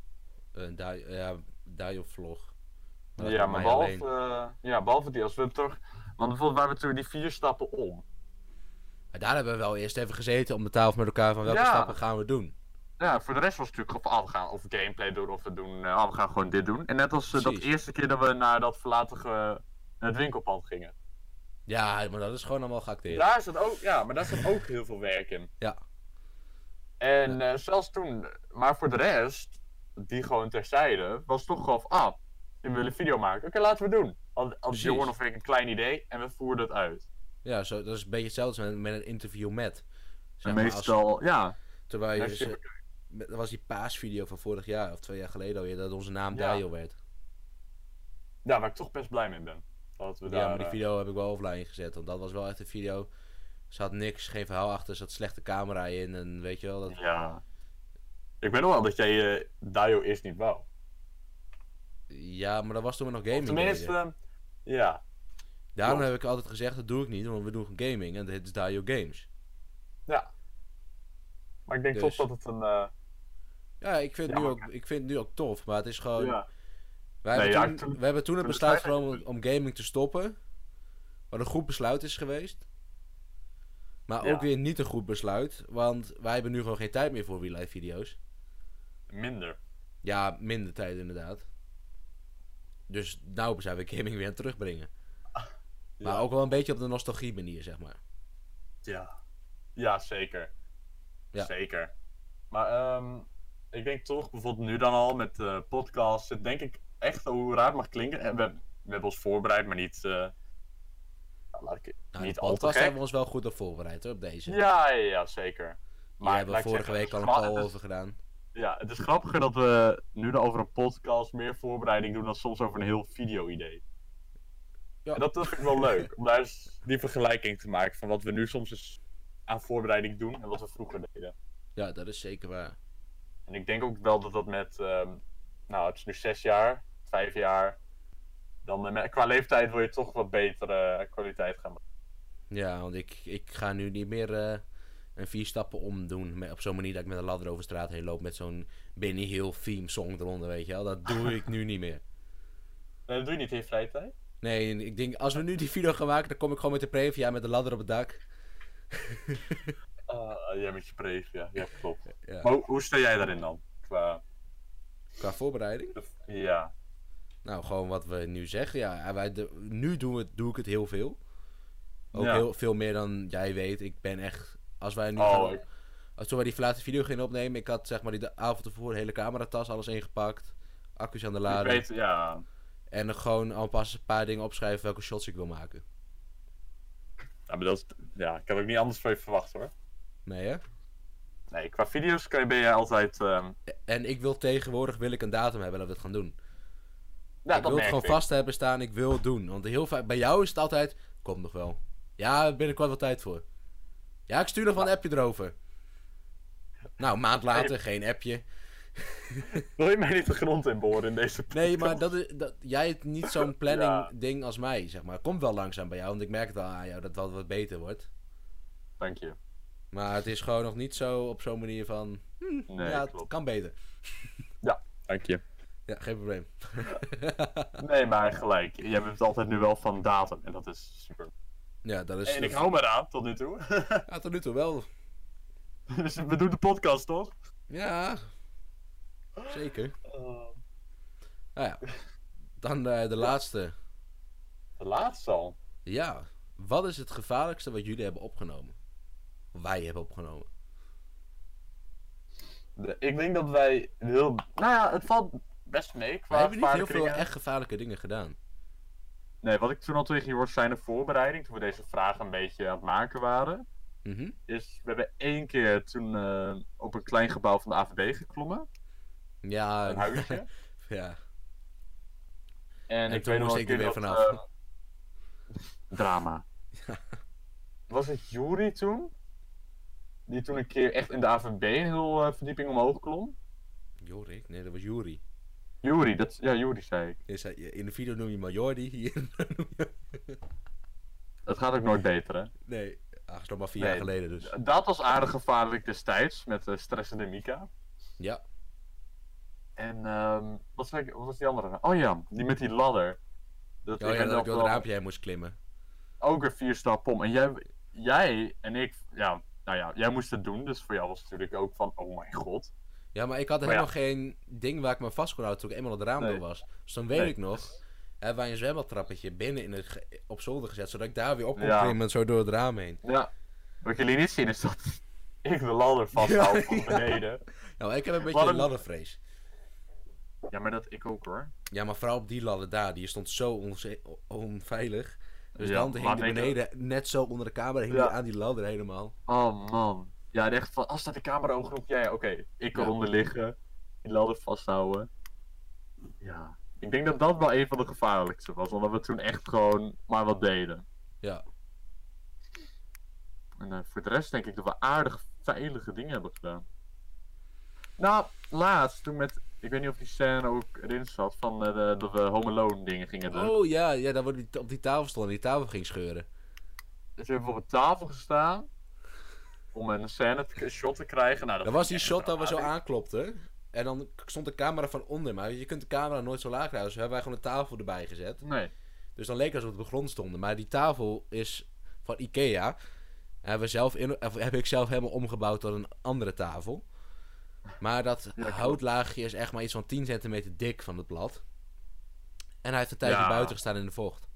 Speaker 1: Een die, Eh, ja, die of vlog. dat
Speaker 3: ja,
Speaker 1: doet
Speaker 3: maar
Speaker 1: mij
Speaker 3: behalve,
Speaker 1: alleen.
Speaker 3: eh, ja, behalve die, als we toch... Want bijvoorbeeld waren we toen die vier stappen om.
Speaker 1: Maar daar hebben we wel eerst even gezeten om de tafel met elkaar van welke
Speaker 3: Ja.
Speaker 1: stappen gaan we doen.
Speaker 3: Ja, voor de rest was het natuurlijk gewoon van, ah, we gaan of gameplay doen of we doen, eh, ah, we gaan gewoon dit doen. En net als eh, dat
Speaker 1: Precies.
Speaker 3: eerste keer dat we naar dat verlaten ge- naar het winkelpand gingen.
Speaker 1: Ja, maar dat is gewoon allemaal geacteerd.
Speaker 3: Daar zat ook, ja, maar daar zat ook heel veel werk in.
Speaker 1: Ja.
Speaker 3: En eh, zelfs toen, maar voor de rest, die gewoon terzijde, was toch gewoon van, ah, we willen video maken. Oké, laten we het doen. Had, had
Speaker 1: Precies.
Speaker 3: Jorn of ik een klein idee en we voerden het uit.
Speaker 1: Ja, zo, dat is een beetje hetzelfde als met, met een interview met. Zeg
Speaker 3: En
Speaker 1: maar, als-
Speaker 3: meestal, ja.
Speaker 1: terwijl je,
Speaker 3: als je-
Speaker 1: ze- met- dat was die paasvideo van vorig jaar of twee jaar geleden alweer dat onze naam
Speaker 3: Ja.
Speaker 1: Dario werd.
Speaker 3: Ja, waar ik toch best blij mee ben. Dat we
Speaker 1: ja,
Speaker 3: daar,
Speaker 1: maar die
Speaker 3: eh,
Speaker 1: video heb ik wel offline gezet. Want dat was wel echt een video. Er zat niks, geen verhaal achter, er zat slechte camera in. En weet je wel, dat...
Speaker 3: Ja. Ik weet nog wel dat jij eh Dio eerst niet wou.
Speaker 1: Ja, maar dat was toen we nog gaming
Speaker 3: Tenminste,
Speaker 1: deden.
Speaker 3: eh, ja.
Speaker 1: Daarom
Speaker 3: klopt.
Speaker 1: heb ik altijd gezegd, dat doe ik niet, want we doen gaming. En dit is Dario Games.
Speaker 3: ja. Maar ik denk
Speaker 1: Dus.
Speaker 3: toch dat het een. eh,
Speaker 1: Ja, ik vind,
Speaker 3: Ja,
Speaker 1: het nu
Speaker 3: maar-
Speaker 1: ook, ik vind het nu ook tof, maar het is gewoon...
Speaker 3: ja.
Speaker 1: Wij
Speaker 3: Nee,
Speaker 1: hebben
Speaker 3: ja,
Speaker 1: toen,
Speaker 3: toen-
Speaker 1: we hebben toen het
Speaker 3: toen
Speaker 1: besluit
Speaker 3: besluit-
Speaker 1: genomen om gaming te stoppen. Wat een goed besluit is geweest. Maar
Speaker 3: Ja.
Speaker 1: ook weer niet een goed besluit. Want wij hebben nu gewoon geen tijd meer voor real life video's.
Speaker 3: Minder.
Speaker 1: Ja, minder tijd inderdaad. Dus nou zijn we gaming weer aan het terugbrengen. Maar
Speaker 3: ja.
Speaker 1: ook wel een beetje op de nostalgie manier, zeg maar.
Speaker 3: Ja. Ja, zeker.
Speaker 1: Ja.
Speaker 3: Zeker. Maar ehm, ik denk toch, bijvoorbeeld nu dan al met eh podcasts, het denk ik echt hoe raar het mag klinken. En we, we hebben ons voorbereid, maar niet. eh, nou, laat ik het
Speaker 1: Nou,
Speaker 3: niet
Speaker 1: de
Speaker 3: al te
Speaker 1: podcast
Speaker 3: gek.
Speaker 1: hebben we ons wel goed op voorbereid hoor, op deze. Hier
Speaker 3: Ja, ja, ja, zeker. Maar
Speaker 1: hebben we
Speaker 3: laat ik
Speaker 1: vorige
Speaker 3: zeggen,
Speaker 1: week al een
Speaker 3: het is
Speaker 1: call
Speaker 3: ma- het is-
Speaker 1: over gedaan.
Speaker 3: Ja, het is grappiger dat we nu dan over een podcast meer voorbereiding doen dan soms over een heel video-idee.
Speaker 1: Ja.
Speaker 3: En dat, dat vind ik wel leuk, om daar eens die vergelijking te maken van wat we nu soms eens aan voorbereiding doen en wat we vroeger deden.
Speaker 1: Ja, dat is zeker waar.
Speaker 3: En ik denk ook wel dat dat met, ehm, nou het is nu zes jaar, vijf jaar, dan eh, met- qua leeftijd wil je toch wat betere eh, kwaliteit gaan maken.
Speaker 1: Ja, want ik, ik ga nu niet meer eh, een vier stappen omdoen. Met, op zo'n manier dat ik met een ladder over straat heen loop met zo'n Benny Hill theme song eronder, weet je wel. Dat doe ik nu niet meer.
Speaker 3: Nee, dat doe je niet in je vrije tijd.
Speaker 1: Nee, en ik denk, als we nu die video gaan maken, dan kom ik gewoon met de previa met de ladder op het dak.
Speaker 3: Eh, jij met je previa, ja klopt.
Speaker 1: Ja.
Speaker 3: Maar hoe, hoe sta jij daarin dan? Qua,
Speaker 1: Qua voorbereiding.
Speaker 3: ja,
Speaker 1: Nou, gewoon wat we nu zeggen. Ja, en wij de- nu doen we, het- doe ik het heel veel. Ook
Speaker 3: Ja.
Speaker 1: heel, veel meer dan jij weet. Ik ben echt... Als wij nu
Speaker 3: Oh,
Speaker 1: gaan-
Speaker 3: ik-
Speaker 1: als toen wij die laatste video gingen opnemen, ik had zeg maar die de avond ervoor hele cameratas, alles ingepakt. Accu's aan de
Speaker 3: ik
Speaker 1: lader.
Speaker 3: weet, ja.
Speaker 1: En dan gewoon al pas een paar dingen opschrijven welke shots ik wil maken.
Speaker 3: Ja, maar dat is- ja, ik had ook niet anders van je verwacht hoor.
Speaker 1: Nee hè?
Speaker 3: Nee, qua video's kan je, ben je altijd. ehm
Speaker 1: En ik wil tegenwoordig wil ik een datum hebben dat we het gaan doen.
Speaker 3: ja,
Speaker 1: ik wil
Speaker 3: dat
Speaker 1: het
Speaker 3: merk
Speaker 1: gewoon
Speaker 3: ik.
Speaker 1: vast hebben staan, ik wil het doen. Want heel vaak, bij jou is het altijd, komt nog wel. Ja, binnenkort wel tijd voor. Ja, ik stuur nog wel een appje erover. Nou, een maand later, geen appje.
Speaker 3: Wil je mij niet de grond in boren in deze podcast?
Speaker 1: Nee, maar dat is, dat, jij hebt niet zo'n planning ding als mij, zeg maar. Komt wel langzaam bij jou, want ik merk het al aan jou dat het wat beter wordt.
Speaker 3: Dank je.
Speaker 1: Maar het is gewoon nog niet zo op zo'n manier van... hm,
Speaker 3: Nee,
Speaker 1: ja, het
Speaker 3: klopt.
Speaker 1: kan beter.
Speaker 3: Dank je.
Speaker 1: Ja, geen probleem.
Speaker 3: Nee, maar gelijk. Jij bent altijd nu wel van datum. En dat is super.
Speaker 1: ja, dat is...
Speaker 3: En ik hou me eraan, tot nu toe.
Speaker 1: Ja, tot nu toe wel.
Speaker 3: dus we doen de podcast, toch?
Speaker 1: Ja, zeker.
Speaker 3: Oh.
Speaker 1: Nou ja, dan eh, de laatste.
Speaker 3: de laatste al.
Speaker 1: Ja, wat is het gevaarlijkste wat jullie hebben opgenomen? Wij hebben opgenomen.
Speaker 3: De- ik denk dat wij heel... Nou ja, het valt best mee
Speaker 1: We
Speaker 3: qua
Speaker 1: hebben niet heel
Speaker 3: gevaarlijke
Speaker 1: veel
Speaker 3: dingen.
Speaker 1: echt gevaarlijke dingen gedaan.
Speaker 3: Nee, wat ik toen al tegen je hoorde zijn de voorbereiding, toen we deze vragen een beetje aan het maken waren,
Speaker 1: Mhm.
Speaker 3: is we hebben één keer toen eh, op een klein gebouw van de AVB geklommen,
Speaker 1: Ja,
Speaker 3: een huisje.
Speaker 1: ja.
Speaker 3: En,
Speaker 1: toen
Speaker 3: ik weet nog
Speaker 1: moest
Speaker 3: wel
Speaker 1: ik
Speaker 3: een
Speaker 1: er
Speaker 3: keer
Speaker 1: weer
Speaker 3: dat,
Speaker 1: vanaf.
Speaker 3: eh, drama. Was het Juri toen? Die toen een keer echt in de AVB een heel eh, verdieping omhoog klom?
Speaker 1: Jorik? Nee, dat was Juri.
Speaker 3: Juri, dat, ja Juri zei ik.
Speaker 1: Je zei- In de video noem je maar Jordi, hier noem je...
Speaker 3: Dat gaat ook nooit beter hè.
Speaker 1: Nee, ach, is nog maar vier
Speaker 3: Nee.
Speaker 1: jaar geleden dus.
Speaker 3: Dat was aardig gevaarlijk destijds met eh, stressende Mika.
Speaker 1: Ja,
Speaker 3: En ehm, wat, zei ik- wat was die andere? nou? Oh ja, die met die ladder. Dat,
Speaker 1: oh, ja
Speaker 3: ben
Speaker 1: dat ik
Speaker 3: ook
Speaker 1: door
Speaker 3: wel-
Speaker 1: het raampje heen moest klimmen.
Speaker 3: Ook een vierstar pom. En jij, jij en ik, ja, nou ja, jij moest het doen. Dus voor jou was het natuurlijk ook van, oh mijn god.
Speaker 1: Ja, maar ik had
Speaker 3: Maar Oh ja.
Speaker 1: helemaal geen ding waar ik me vast kon houden toen ik eenmaal het raam
Speaker 3: Nee.
Speaker 1: door was. Dus dan weet
Speaker 3: Nee.
Speaker 1: ik nog, hebben wij een zwembadtrappetje binnen in het ge- op zolder gezet, zodat ik daar weer op kon
Speaker 3: Ja.
Speaker 1: klimmen, zo door het raam heen.
Speaker 3: Ja. Wat jullie niet zien is dat ik de ladder vasthoud van
Speaker 1: Ja, ja.
Speaker 3: beneden.
Speaker 1: Nou, ik heb een beetje
Speaker 3: Wat een-
Speaker 1: laddervrees.
Speaker 3: Ja, maar dat ik ook hoor.
Speaker 1: Ja, maar vooral op die ladder daar, die stond zo onze- o- onveilig. Dus
Speaker 3: Ja,
Speaker 1: dan hing
Speaker 3: maar
Speaker 1: die
Speaker 3: weet je-
Speaker 1: beneden, net zo onder de kamer, hing die
Speaker 3: Ja.
Speaker 1: aan die ladder helemaal.
Speaker 3: Oh man. Ja, en echt van, als staat de camera hoog genoeg, ja, ja, oké. Ik kan
Speaker 1: Ja.
Speaker 3: onder liggen, die ladder vasthouden. Ja. Ik denk dat dat wel een van de gevaarlijkste was, omdat we toen echt gewoon maar wat deden.
Speaker 1: Ja.
Speaker 3: En eh, voor de rest denk ik dat we aardig veilige dingen hebben gedaan. Nou, laatst, toen met, ik weet niet of die scène ook erin zat, van eh, de- dat we Home Alone dingen gingen doen.
Speaker 1: Oh ja, ja daar wordt die- op die tafel stond en die tafel ging scheuren.
Speaker 3: Dus we hebben op een tafel gestaan, om een scène, te, een shot te krijgen. Nou, dat
Speaker 1: Dat was die
Speaker 3: echt
Speaker 1: shot dat we zo
Speaker 3: dramatisch.
Speaker 1: aanklopten. En dan k- stond de camera van onder. Maar je kunt de camera nooit zo laag houden. Dus hebben wij gewoon een tafel erbij gezet.
Speaker 3: Nee.
Speaker 1: Dus dan leek het alsof we op de grond stonden. Maar die tafel is van Ikea. En hebben we zelf in, of heb ik zelf helemaal omgebouwd tot een andere tafel. Maar dat
Speaker 3: klopt.
Speaker 1: houtlaagje is echt maar iets van 10 centimeter dik van het blad. En hij heeft een tijdje
Speaker 3: Ja.
Speaker 1: buiten gestaan in de vocht.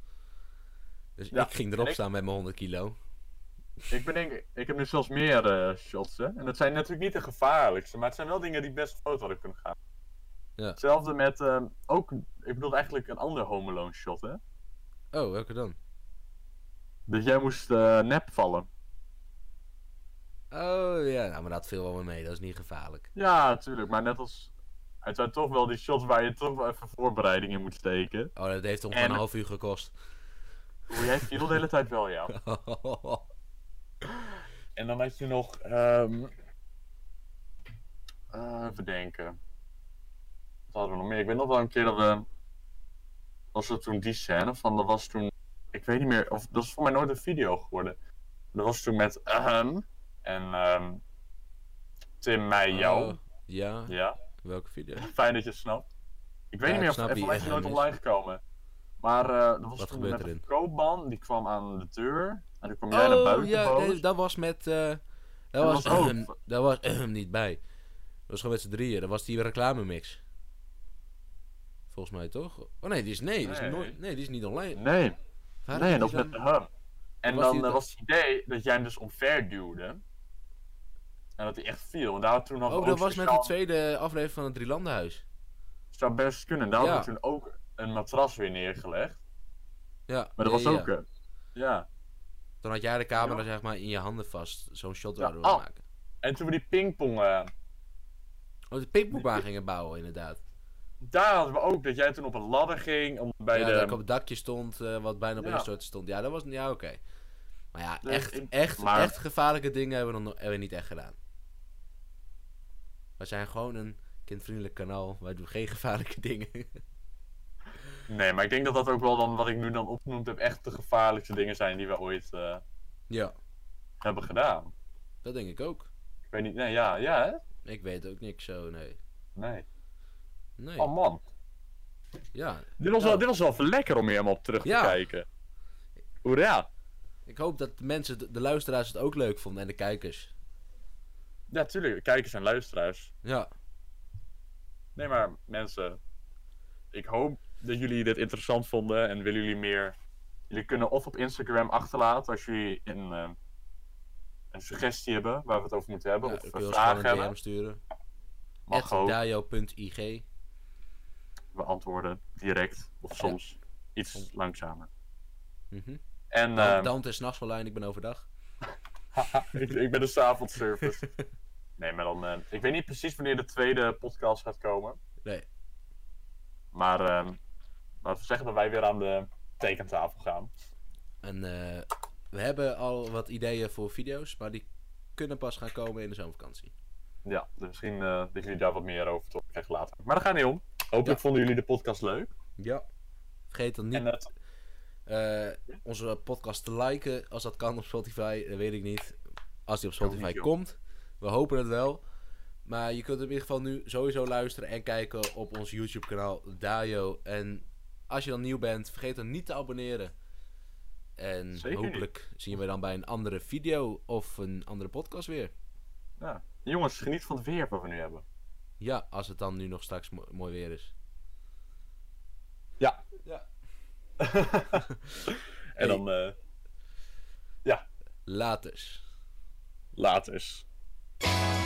Speaker 1: Dus
Speaker 3: Ja,
Speaker 1: ik ging
Speaker 3: en
Speaker 1: erop
Speaker 3: ik-
Speaker 1: staan met mijn 100 kilo.
Speaker 3: Ik ben denk, ik heb nu zelfs meer eh, shots, hè. En dat zijn natuurlijk niet de gevaarlijkste, maar het zijn wel dingen die best groot hadden kunnen gaan.
Speaker 1: Ja.
Speaker 3: Hetzelfde met, ehm, ook, ik bedoel eigenlijk een ander Home Alone shot, hè.
Speaker 1: Oh, welke dan?
Speaker 3: Dat jij moest eh, nep vallen.
Speaker 1: Oh ja, nou, maar dat viel wel mee. Dat is niet gevaarlijk.
Speaker 3: Ja, natuurlijk, maar net als... Het zijn toch wel die shots waar je toch wel even voorbereiding in moet steken.
Speaker 1: Oh, dat heeft ongeveer
Speaker 3: En-
Speaker 1: een half uur gekost.
Speaker 3: Hoe jij viel de hele tijd wel, ja. En dan had je nog... ehm eh, even denken. Wat hadden we nog meer? Ik weet nog wel een keer dat we... Was er toen die scène van... Dat was toen... Ik weet niet meer... Of, dat is voor mij nooit een video geworden. Dat was toen met... ehm, en... ehm, Tim, mij, jou.
Speaker 1: Oh, ja,
Speaker 3: Ja.
Speaker 1: welke video?
Speaker 3: Fijn dat je het snapt. Ik weet
Speaker 1: Ja,
Speaker 3: niet meer
Speaker 1: ik snap
Speaker 3: of het
Speaker 1: wie
Speaker 3: is nooit
Speaker 1: Ehem is.
Speaker 3: online gekomen. Maar eh dat was
Speaker 1: Wat
Speaker 3: toen
Speaker 1: gebeurt
Speaker 3: met
Speaker 1: erin? Oh,
Speaker 3: een koopman, die kwam aan de deur. En toen kwam jij naar buiten
Speaker 1: ja,
Speaker 3: boos.
Speaker 1: nee, dat was met... eh, dat,
Speaker 3: Dat
Speaker 1: was,
Speaker 3: was ook-
Speaker 1: dat was niet bij. Dat was gewoon met z'n drieën. Dat was die reclamemix. Volgens mij toch? Oh nee, die is, nee, die is,
Speaker 3: Nee.
Speaker 1: nooit, nee, die is niet online.
Speaker 3: Nee,
Speaker 1: Waar
Speaker 3: nee,
Speaker 1: is
Speaker 3: dat
Speaker 1: die
Speaker 3: was met
Speaker 1: dan?
Speaker 3: hem. En
Speaker 1: Was
Speaker 3: dan
Speaker 1: die
Speaker 3: eh,
Speaker 1: dat-
Speaker 3: was het idee dat jij hem dus omver duwde. En dat hij echt viel. En daar had toen nog
Speaker 1: Oh,
Speaker 3: ook
Speaker 1: dat was met de
Speaker 3: speciaal-
Speaker 1: tweede aflevering van het Drielandenhuis.
Speaker 3: Zou best kunnen. Daar had
Speaker 1: Ja.
Speaker 3: hadden we toen ook een matras weer neergelegd.
Speaker 1: Ja,
Speaker 3: Maar dat
Speaker 1: nee,
Speaker 3: was
Speaker 1: ja.
Speaker 3: ook... eh, ja.
Speaker 1: Toen had jij de camera
Speaker 3: Ja.
Speaker 1: zeg maar in je handen vast. Zo'n shot
Speaker 3: Ja,
Speaker 1: wilden we
Speaker 3: oh.
Speaker 1: maken.
Speaker 3: En toen we die pingpong... eh,
Speaker 1: Oh, de pikboekbaan gingen bouwen inderdaad.
Speaker 3: daar hadden we ook dat jij toen op een ladder ging. Om bij
Speaker 1: ja,
Speaker 3: de...
Speaker 1: dat ik op het dakje stond, eh, wat bijna op
Speaker 3: Ja.
Speaker 1: instorten stond. Ja, dat was... Ja, oké. Maar ja,
Speaker 3: Nee,
Speaker 1: echt,
Speaker 3: ik-
Speaker 1: echt,
Speaker 3: maar-
Speaker 1: echt gevaarlijke dingen hebben we, nog, hebben we niet echt gedaan. We zijn gewoon een Kindvriendelijk kanaal. Wij doen geen gevaarlijke dingen.
Speaker 3: Nee, maar ik denk dat dat ook wel dan, wat ik nu dan opgenoemd heb, echt de gevaarlijkste dingen zijn die we ooit eh,
Speaker 1: ja,
Speaker 3: hebben gedaan.
Speaker 1: dat denk ik ook.
Speaker 3: Ik weet niet, nee, ja, ja, hè?
Speaker 1: Ik weet ook niks zo, nee.
Speaker 3: Nee.
Speaker 1: Nee,
Speaker 3: Oh man.
Speaker 1: ja.
Speaker 3: Dit
Speaker 1: Nou.
Speaker 3: was, wel, dit was wel even lekker om hier helemaal op terug te
Speaker 1: Ja.
Speaker 3: kijken. Hoera.
Speaker 1: Ik hoop dat de mensen, de, de luisteraars het ook leuk vonden en de kijkers.
Speaker 3: Ja, tuurlijk. Kijkers en luisteraars.
Speaker 1: Ja,
Speaker 3: Nee, maar mensen. Ik hoop dat jullie dit interessant vonden en willen jullie meer. Jullie kunnen of op Instagram achterlaten als jullie een, eh, een suggestie hebben waar we het over moeten hebben.
Speaker 1: ja
Speaker 3: of
Speaker 1: dan
Speaker 3: eh,
Speaker 1: kun je ons
Speaker 3: vragen
Speaker 1: gewoon een
Speaker 3: hebben.
Speaker 1: DM sturen.
Speaker 3: Mag ook.
Speaker 1: dajo.ig.
Speaker 3: We antwoorden direct of soms iets langzamer.
Speaker 1: Mhm.
Speaker 3: En
Speaker 1: Dan
Speaker 3: ehm,
Speaker 1: Dante is s'nachts online, ik ben overdag.
Speaker 3: ik, ik ben de avondservice. nee, maar dan. eh, ik weet niet precies wanneer de tweede podcast gaat komen.
Speaker 1: Nee.
Speaker 3: Maar ehm, laten we zeggen dat wij weer aan de tekentafel gaan.
Speaker 1: En eh, we hebben al wat ideeën voor video's, maar die kunnen pas gaan komen in de zomervakantie.
Speaker 3: Ja, dus misschien eh, dat jullie daar wat meer over te krijgen later. Maar dat gaat niet om. Hopelijk
Speaker 1: Ja.
Speaker 3: vonden jullie de podcast leuk.
Speaker 1: Ja. Vergeet dan
Speaker 3: En
Speaker 1: niet
Speaker 3: het,
Speaker 1: eh, onze podcast te liken als dat kan op Spotify. Dat weet ik niet. Als die op
Speaker 3: Kan niet,
Speaker 1: Spotify
Speaker 3: joh.
Speaker 1: komt. We hopen het wel. Maar je kunt hem in ieder geval nu sowieso luisteren en kijken op ons YouTube kanaal Dajo. En als je dan nieuw bent, vergeet dan niet te abonneren. En
Speaker 3: Zeker niet.
Speaker 1: hopelijk zien we dan bij een andere video of een andere podcast weer.
Speaker 3: ja. Jongens, geniet van het weer wat we nu hebben.
Speaker 1: Ja, als het dan nu nog straks mo- mooi weer is.
Speaker 3: Ja.
Speaker 1: Ja.
Speaker 3: En dan eh
Speaker 1: Laters. dus.
Speaker 3: laters.
Speaker 4: Dajo,